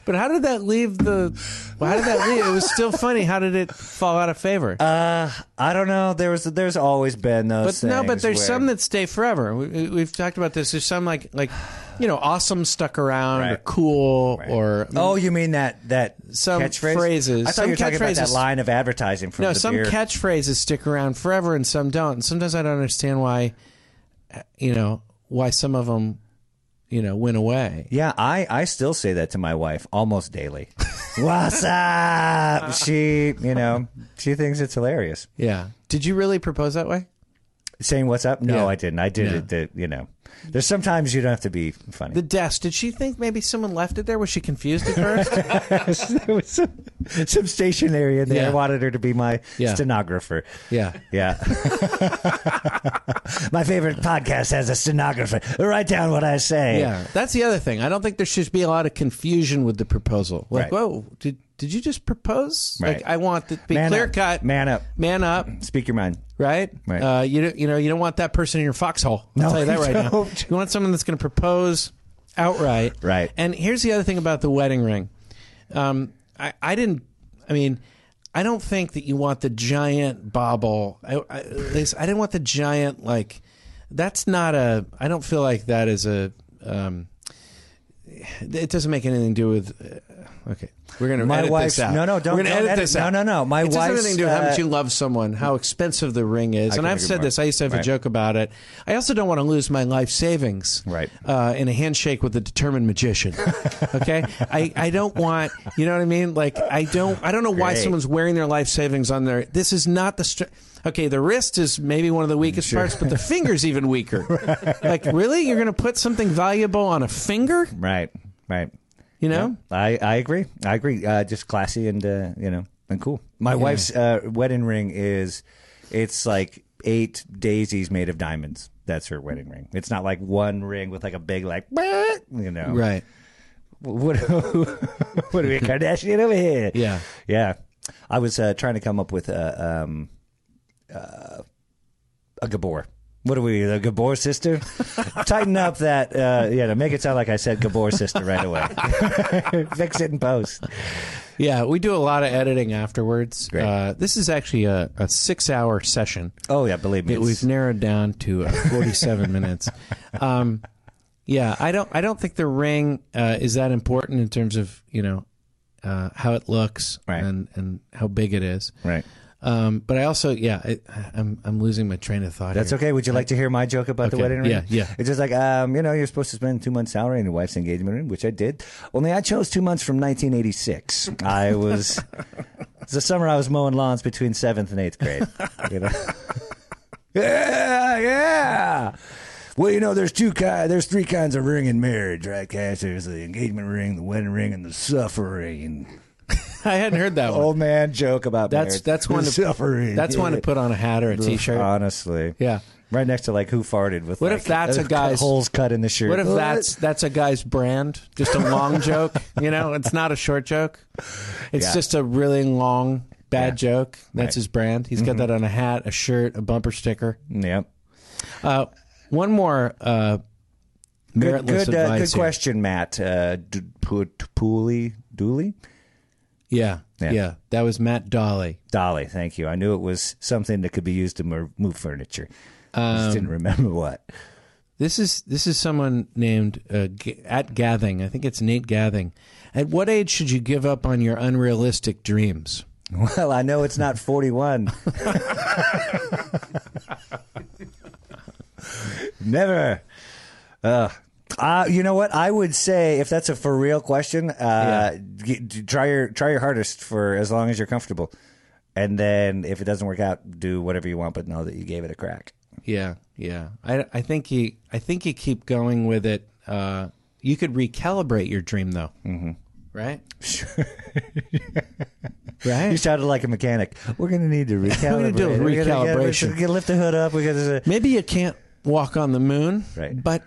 Speaker 2: but how did that leave the? well, how did that leave? It was still funny. How did it fall out of favor?
Speaker 5: I don't know. There was, there's always been
Speaker 2: but
Speaker 5: those.
Speaker 2: no, but
Speaker 5: things
Speaker 2: there's
Speaker 5: where-
Speaker 2: some that stay forever. We, we've talked about this. There's some like like you know awesome stuck around or
Speaker 5: Right.
Speaker 2: cool or
Speaker 5: oh, you mean that that
Speaker 2: Some
Speaker 5: catchphrase?
Speaker 2: phrases-
Speaker 5: I thought
Speaker 2: some
Speaker 5: you were talking about that
Speaker 2: catchphrases-
Speaker 5: line of advertising from
Speaker 2: No,
Speaker 5: the
Speaker 2: some
Speaker 5: beer.
Speaker 2: catchphrases stick around forever and some don't. And sometimes I don't understand why, uh, you know, why some of them, you know, went away.
Speaker 5: Yeah, I, I still say that to my wife
Speaker 2: <laughs>
Speaker 5: almost daily. What's up? She, you know, she thinks it's hilarious.
Speaker 2: Yeah. Did you really propose that way?
Speaker 5: Saying what's up? No,
Speaker 2: Yeah.
Speaker 5: I didn't. I did
Speaker 2: Yeah.
Speaker 5: it. that you know, there's sometimes you don't have to be funny.
Speaker 2: The desk. Did she think maybe someone left it there? Was she confused at first?
Speaker 5: <laughs> there was some, some stationery in there.
Speaker 2: Yeah.
Speaker 5: I wanted her to be my
Speaker 2: Yeah.
Speaker 5: stenographer.
Speaker 2: yeah.
Speaker 5: <laughs> Yeah. <laughs> my favorite podcast has a stenographer. Write down what I say.
Speaker 2: Yeah. That's the other thing. I don't think there should be a lot of confusion with the proposal. Like,
Speaker 5: Right.
Speaker 2: whoa, did did you just propose?
Speaker 5: Right.
Speaker 2: Like, I want to be
Speaker 5: Man
Speaker 2: clear
Speaker 5: up.
Speaker 2: cut.
Speaker 5: Man up.
Speaker 2: Man up.
Speaker 5: Speak your mind.
Speaker 2: right?
Speaker 5: Right.
Speaker 2: Uh, you don't, you know you don't want that person in your foxhole. I'll
Speaker 5: No,
Speaker 2: tell
Speaker 5: <laughs>
Speaker 2: you that
Speaker 5: you
Speaker 2: right now.
Speaker 5: don't.
Speaker 2: You want someone that's going to propose outright.
Speaker 5: Right.
Speaker 2: And here's the other thing about the wedding ring. Um, I I didn't. I mean. I don't think that you want the giant bauble. I, I, at least I didn't want the giant like. That's not a. I don't feel like that is a. Um, it doesn't make anything to do with Okay, we're gonna
Speaker 5: My
Speaker 2: edit
Speaker 5: wife's-
Speaker 2: this out.
Speaker 5: no, no, don't-
Speaker 2: We're gonna
Speaker 5: don't
Speaker 2: edit,
Speaker 5: edit-
Speaker 2: this
Speaker 5: no,
Speaker 2: out.
Speaker 5: no, no. My
Speaker 2: it doesn't have
Speaker 5: wife's,
Speaker 2: anything to do with how much
Speaker 5: uh,
Speaker 2: you love someone, how expensive the ring is,
Speaker 5: I
Speaker 2: and
Speaker 5: couldn't
Speaker 2: I've
Speaker 5: agree
Speaker 2: said
Speaker 5: more.
Speaker 2: this. I used to have a
Speaker 5: Right.
Speaker 2: joke about it. I also don't want to lose my life savings,
Speaker 5: Right.
Speaker 2: Uh, in a handshake with a determined
Speaker 5: <laughs>
Speaker 2: magician. Okay, I, I don't want you know what I mean. Like I don't I don't know why
Speaker 5: Great.
Speaker 2: someone's wearing their life savings on their. This is not the. Str- Okay, the wrist is maybe one of the weakest parts, but the finger's even
Speaker 5: <laughs>
Speaker 2: weaker. Like, really? You're going to put something valuable on a finger?
Speaker 5: Right. Right.
Speaker 2: You know?
Speaker 5: I, I agree. I agree. Uh, just classy and uh, you know and cool. My wife's uh, wedding ring is it's like eight daisies made of diamonds. That's her wedding ring. It's not like one ring with like a big like <laughs> you know
Speaker 2: Right.
Speaker 5: What <laughs> what are we Kardashian over here?
Speaker 2: Yeah.
Speaker 5: yeah. I was uh, trying to come up with a um, uh, a Gabor. What are we, the Gabor sister? Tighten up that, uh, yeah, to make it sound like I said Gabor sister right away. <laughs> Fix it in post.
Speaker 2: Yeah, we do a lot of editing afterwards.
Speaker 5: Great.
Speaker 2: Uh, this is actually a, a six hour session
Speaker 5: Oh yeah, believe me.
Speaker 2: that we've
Speaker 5: it's-
Speaker 2: narrowed down to
Speaker 5: <laughs>
Speaker 2: uh, 47 minutes. Um, yeah, I don't I don't think the ring uh, is that important in terms of, you know, uh, how it looks
Speaker 5: Right.
Speaker 2: and, and how big it is.
Speaker 5: right.
Speaker 2: Um, but I also, yeah, I, I'm, I'm losing my train of thought.
Speaker 5: That's
Speaker 2: here.
Speaker 5: okay. Would you like to hear my joke about the
Speaker 2: Okay,
Speaker 5: wedding ring?
Speaker 2: yeah, yeah.
Speaker 5: It's just like, um, you know, you're supposed to spend two months' salary on your wife's engagement ring, which I did. Only I chose two months from 1986. I was, <laughs> it's the summer I was mowing lawns between seventh and eighth grade. You know? <laughs> yeah, yeah. Well, you know, there's two kind, there's three kinds of ring in marriage, right, Cash? There's the engagement ring, the wedding ring, and the suffering.
Speaker 2: <laughs> I hadn't heard that one.
Speaker 5: Old man joke about
Speaker 2: That's
Speaker 5: marriage.
Speaker 2: that's
Speaker 5: The
Speaker 2: one to
Speaker 5: suffering.
Speaker 2: That's one to put on a hat or a t-shirt.
Speaker 5: uh, Honestly,
Speaker 2: yeah.
Speaker 5: Right next to like who farted with.
Speaker 2: What
Speaker 5: like,
Speaker 2: if that's a guy's-
Speaker 5: holes cut in the shirt?
Speaker 2: What if that's that's a guy's brand? Just a
Speaker 5: <laughs>
Speaker 2: long joke, you know? It's not a short joke. It's
Speaker 5: Yeah.
Speaker 2: just a really long bad
Speaker 5: Yeah.
Speaker 2: joke. That's
Speaker 5: Right. Mm-hmm.
Speaker 2: his brand. He's got that on a hat, a shirt, a bumper sticker.
Speaker 5: Yep.
Speaker 2: Uh, one more uh, meritless
Speaker 5: Good, good, uh,
Speaker 2: advice.
Speaker 5: good
Speaker 2: here.
Speaker 5: question, Matt. Uh, D- Pu- Pooley, Dooley,
Speaker 2: Yeah, yeah,
Speaker 5: Yeah.
Speaker 2: That was Matt Dolly.
Speaker 5: Dolly. Thank you. I knew it was something that could be used to mo- move furniture. I just
Speaker 2: Um,
Speaker 5: didn't remember what.
Speaker 2: This is this is someone named uh, G- at Gathing. I think it's Nate Gathing. At what age should you give up on your unrealistic dreams?
Speaker 5: Well, I know it's not forty-one. Never. Uh, uh, you know what? I would say if that's a for real question, uh, g- d- try your try your hardest for as long as you're comfortable, and then if it doesn't work out, do whatever you want, but know that you gave it a crack.
Speaker 2: Yeah, yeah. I, I think you I think you keep going with it. Uh, you could recalibrate your dream though, mm-hmm. right?
Speaker 5: You
Speaker 2: right.
Speaker 5: sounded like a mechanic. We're gonna need to
Speaker 2: <laughs> gonna
Speaker 5: recalibrate.
Speaker 2: do a
Speaker 5: We're gonna get-
Speaker 2: recalibration.
Speaker 5: we're gonna lift the hood up. We gotta.
Speaker 2: Maybe you can't walk on the moon,
Speaker 5: Right.
Speaker 2: But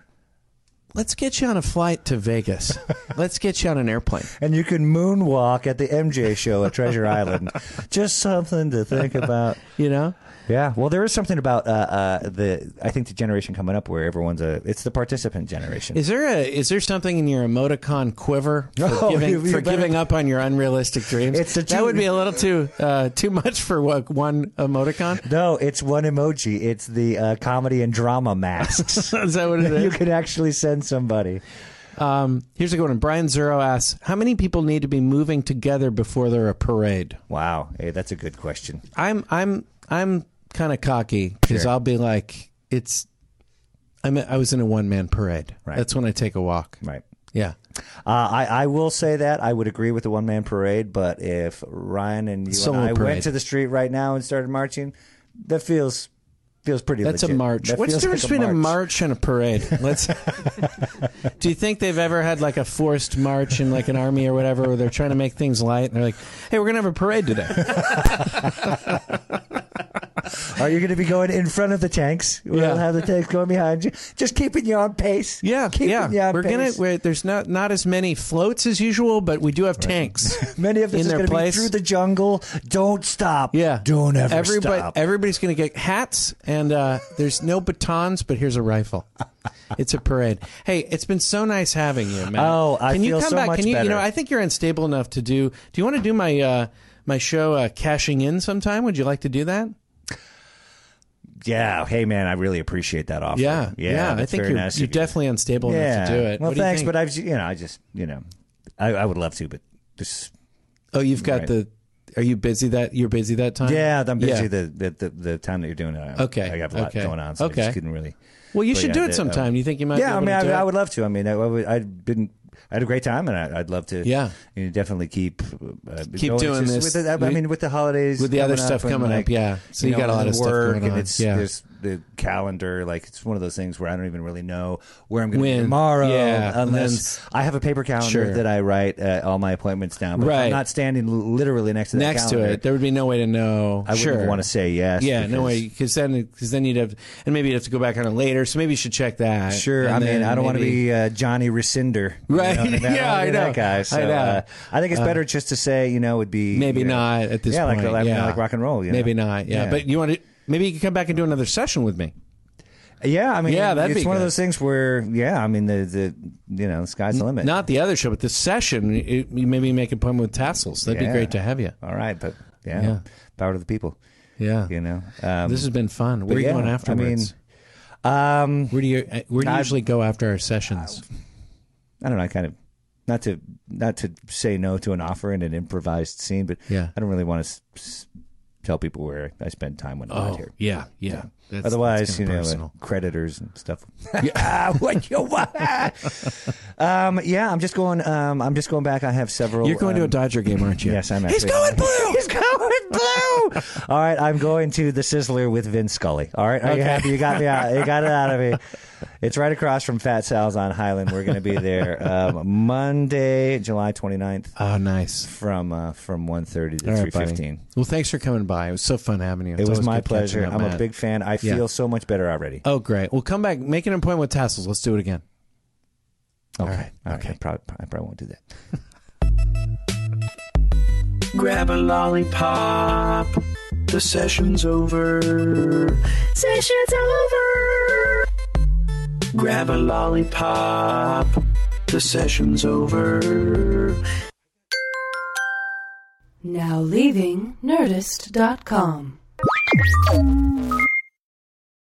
Speaker 2: let's get you on a flight to
Speaker 5: <laughs>
Speaker 2: Vegas. let's get you on an airplane.
Speaker 5: and you can moonwalk at the MJ show at <laughs> Treasure Island. Just something to think about.
Speaker 2: You know.
Speaker 5: Yeah, well, there is something about uh, uh, the I think the generation coming up where everyone's a it's the participant generation. <laughs>
Speaker 2: Is there a is there something in your emoticon quiver for,
Speaker 5: Oh,
Speaker 2: giving,
Speaker 5: you- you
Speaker 2: for
Speaker 5: better-
Speaker 2: giving up on your unrealistic dreams?
Speaker 5: It's a
Speaker 2: that would be a little too uh, too much for what, one
Speaker 5: <laughs>
Speaker 2: emoticon.
Speaker 5: no, it's one emoji. It's the uh, comedy and
Speaker 2: <laughs>
Speaker 5: drama masks.
Speaker 2: Is that what it is?
Speaker 5: you could actually send somebody.
Speaker 2: Um, here's a good one. Brian Zero asks, "How many people need to be moving together before they're a parade?"
Speaker 5: Wow, hey, that's a good question.
Speaker 2: I'm I'm I'm kind of cocky because
Speaker 5: Sure.
Speaker 2: I'll be like, "It's I'm I was in a one man parade.
Speaker 5: Right.
Speaker 2: That's when I take a walk.
Speaker 5: Right.
Speaker 2: Yeah,
Speaker 5: Uh, I, I will say that I would agree with the one man parade, but if Ryan and you
Speaker 2: Solo
Speaker 5: and I
Speaker 2: parade.
Speaker 5: went to the street right now and started marching, that feels feels pretty.
Speaker 2: that's
Speaker 5: legit.
Speaker 2: a march.
Speaker 5: That
Speaker 2: What's the
Speaker 5: feels
Speaker 2: difference
Speaker 5: like
Speaker 2: between a march. and a parade? Let's. <laughs> Do you think they've ever had like a forced march in like an army or whatever, where they're trying to make things light and they're like, "Hey, we're gonna have a parade today."
Speaker 5: Are you going to be going in front of the tanks? We'll
Speaker 2: Yeah.
Speaker 5: have the tanks going behind you. Just keeping you on pace.
Speaker 2: <laughs> Yeah,
Speaker 5: keeping
Speaker 2: yeah.
Speaker 5: You on
Speaker 2: we're gonna.
Speaker 5: pace.
Speaker 2: We're, there's not not as many floats as usual, but we do have <laughs> tanks.
Speaker 5: Many of
Speaker 2: in
Speaker 5: this is
Speaker 2: their
Speaker 5: going to be
Speaker 2: place.
Speaker 5: through the jungle. Don't stop.
Speaker 2: yeah,
Speaker 5: Don't ever
Speaker 2: Everybody, e
Speaker 5: stop.
Speaker 2: Everybody's gonna get hats, and uh, there's no batons, but here's a
Speaker 5: <laughs>
Speaker 2: rifle. It's a parade. Hey, it's been so nice having you, man.
Speaker 5: Oh, I
Speaker 2: Can you
Speaker 5: feel
Speaker 2: come
Speaker 5: so
Speaker 2: back?
Speaker 5: much
Speaker 2: Can you? You
Speaker 5: better.
Speaker 2: know, I think you're unstable enough to do. Do you want to do my uh, my show uh, cashing in sometime? Would you like to do that?
Speaker 5: yeah. Hey, man, I really appreciate that offer.
Speaker 2: Yeah,
Speaker 5: Yeah.
Speaker 2: I
Speaker 5: that's
Speaker 2: think
Speaker 5: very
Speaker 2: you're,
Speaker 5: nice
Speaker 2: you're
Speaker 5: of you.
Speaker 2: definitely unstable
Speaker 5: yeah.
Speaker 2: enough to do it.
Speaker 5: Well,
Speaker 2: What do you
Speaker 5: thanks,
Speaker 2: think?
Speaker 5: but I've, you know, I just, you know, I, I would love to, but This,
Speaker 2: Oh, you've got
Speaker 5: Right.
Speaker 2: the. Are you busy that you're busy that time?
Speaker 5: yeah, I'm busy the, the, the the time that you're doing it. I-
Speaker 2: Okay,
Speaker 5: I have a lot
Speaker 2: okay,
Speaker 5: going on, so I
Speaker 2: okay.
Speaker 5: just couldn't really.
Speaker 2: Well, you
Speaker 5: But
Speaker 2: should
Speaker 5: yeah,
Speaker 2: do
Speaker 5: the-
Speaker 2: it sometime. you think you might? be
Speaker 5: yeah, I
Speaker 2: able
Speaker 5: mean,
Speaker 2: to do
Speaker 5: I, I
Speaker 2: it?
Speaker 5: would love to. I mean, I, I would, I'd been, I had a great time, and I, I'd love to.
Speaker 2: Yeah.
Speaker 5: you know, definitely keep uh,
Speaker 2: Keep
Speaker 5: going. It's
Speaker 2: doing
Speaker 5: just
Speaker 2: this.
Speaker 5: With the, I mean, with the holidays,
Speaker 2: With the other
Speaker 5: coming
Speaker 2: stuff
Speaker 5: and,
Speaker 2: coming up,
Speaker 5: like,
Speaker 2: yeah. So you got a
Speaker 5: and
Speaker 2: lot of
Speaker 5: then
Speaker 2: stuff
Speaker 5: work,
Speaker 2: going
Speaker 5: and
Speaker 2: on,
Speaker 5: It's,
Speaker 2: yeah.
Speaker 5: there's the calendar. Like it's one of those things where I don't even really know where I'm going to
Speaker 2: When,
Speaker 5: be tomorrow,
Speaker 2: yeah, and
Speaker 5: unless I have a paper calendar
Speaker 2: Sure.
Speaker 5: that I write uh, all my appointments down. But if
Speaker 2: Right.
Speaker 5: I'm not standing l- literally next to that
Speaker 2: next to
Speaker 5: calendar,
Speaker 2: it. There would be no way to know.
Speaker 5: I
Speaker 2: sure.
Speaker 5: wouldn't want to say yes.
Speaker 2: Yeah, no
Speaker 5: because-
Speaker 2: way. Because then, because then you'd have, and maybe you'd have to go back on it later. So maybe you should check that.
Speaker 5: Sure.
Speaker 2: And
Speaker 5: I mean,
Speaker 2: then
Speaker 5: I don't want to <laughs>
Speaker 2: maybe-
Speaker 5: be uh, Johnny Rescinder. you
Speaker 2: Right. <laughs>
Speaker 5: know, and that-
Speaker 2: Yeah, I
Speaker 5: and
Speaker 2: know.
Speaker 5: That guy. So,
Speaker 2: I know.
Speaker 5: Uh, I think it's better just to say, you know, would be.
Speaker 2: Maybe
Speaker 5: you know,
Speaker 2: not at this
Speaker 5: yeah,
Speaker 2: point.
Speaker 5: Like, like,
Speaker 2: yeah,
Speaker 5: like rock and roll. You know?
Speaker 2: maybe not. Yeah. but you want to. Maybe you can come back and do another session with me.
Speaker 5: yeah, I mean,
Speaker 2: Yeah, that'd
Speaker 5: it's
Speaker 2: be
Speaker 5: one of
Speaker 2: good.
Speaker 5: those things where, yeah, I mean, the, the you know, the sky's the limit.
Speaker 2: Not the other show, but the session. It, you maybe make an appointment with Tassels. That'd be
Speaker 5: Yeah.
Speaker 2: great to have you.
Speaker 5: All right, but yeah,
Speaker 2: Yeah.
Speaker 5: power to the people.
Speaker 2: Yeah.
Speaker 5: You know, um,
Speaker 2: this has been fun. Where
Speaker 5: but
Speaker 2: are you
Speaker 5: yeah,
Speaker 2: going afterwards?
Speaker 5: I mean, um,
Speaker 2: where do you uh, Where do you
Speaker 5: I-
Speaker 2: usually go after our sessions?
Speaker 5: I don't know. I kind of not to not to say no to an offer in an improvised scene, but
Speaker 2: Yeah.
Speaker 5: I don't really want to s- s- tell people where I spend time when I'm
Speaker 2: oh,
Speaker 5: not here.
Speaker 2: yeah, yeah. That's-
Speaker 5: Otherwise,
Speaker 2: that's
Speaker 5: you
Speaker 2: kinda
Speaker 5: know,
Speaker 2: personal.
Speaker 5: uh, creditors and
Speaker 2: <laughs>
Speaker 5: stuff. <laughs> what you want? um, yeah, I'm just going. Um, I'm just going back. I have several.
Speaker 2: you're going to a
Speaker 5: um,
Speaker 2: Dodger game, aren't you?
Speaker 5: Yes, I'm. Actually, He's <laughs> going blue. He's going
Speaker 2: <laughs>
Speaker 5: blue. All right, I'm going to the Sizzler with Vince Scully. All right, are you happy? You got me out. You got it out
Speaker 2: <laughs>
Speaker 5: of me. It's right across from Fat Sal's on Highland. We're going to be there um, Monday, July 29th,
Speaker 2: Oh, nice.
Speaker 5: from uh, from 1:30 to
Speaker 2: All right,
Speaker 5: 3:15.
Speaker 2: buddy. Well, thanks for coming by. It was so fun having you. It's
Speaker 5: It was
Speaker 2: always
Speaker 5: my
Speaker 2: good catching
Speaker 5: pleasure.
Speaker 2: up,
Speaker 5: I'm a
Speaker 2: Matt.
Speaker 5: big fan. I
Speaker 2: Yeah.
Speaker 5: feel so much better already.
Speaker 2: Oh, great. Well, come back. Make an appointment with Tassels. Let's do it again.
Speaker 5: Okay.
Speaker 2: All right.
Speaker 5: I probably, I probably won't do that.
Speaker 3: Grab a lollipop. The session's over.
Speaker 6: Session's over.
Speaker 3: Grab a lollipop. The session's over.
Speaker 1: Now leaving Nerdist.com.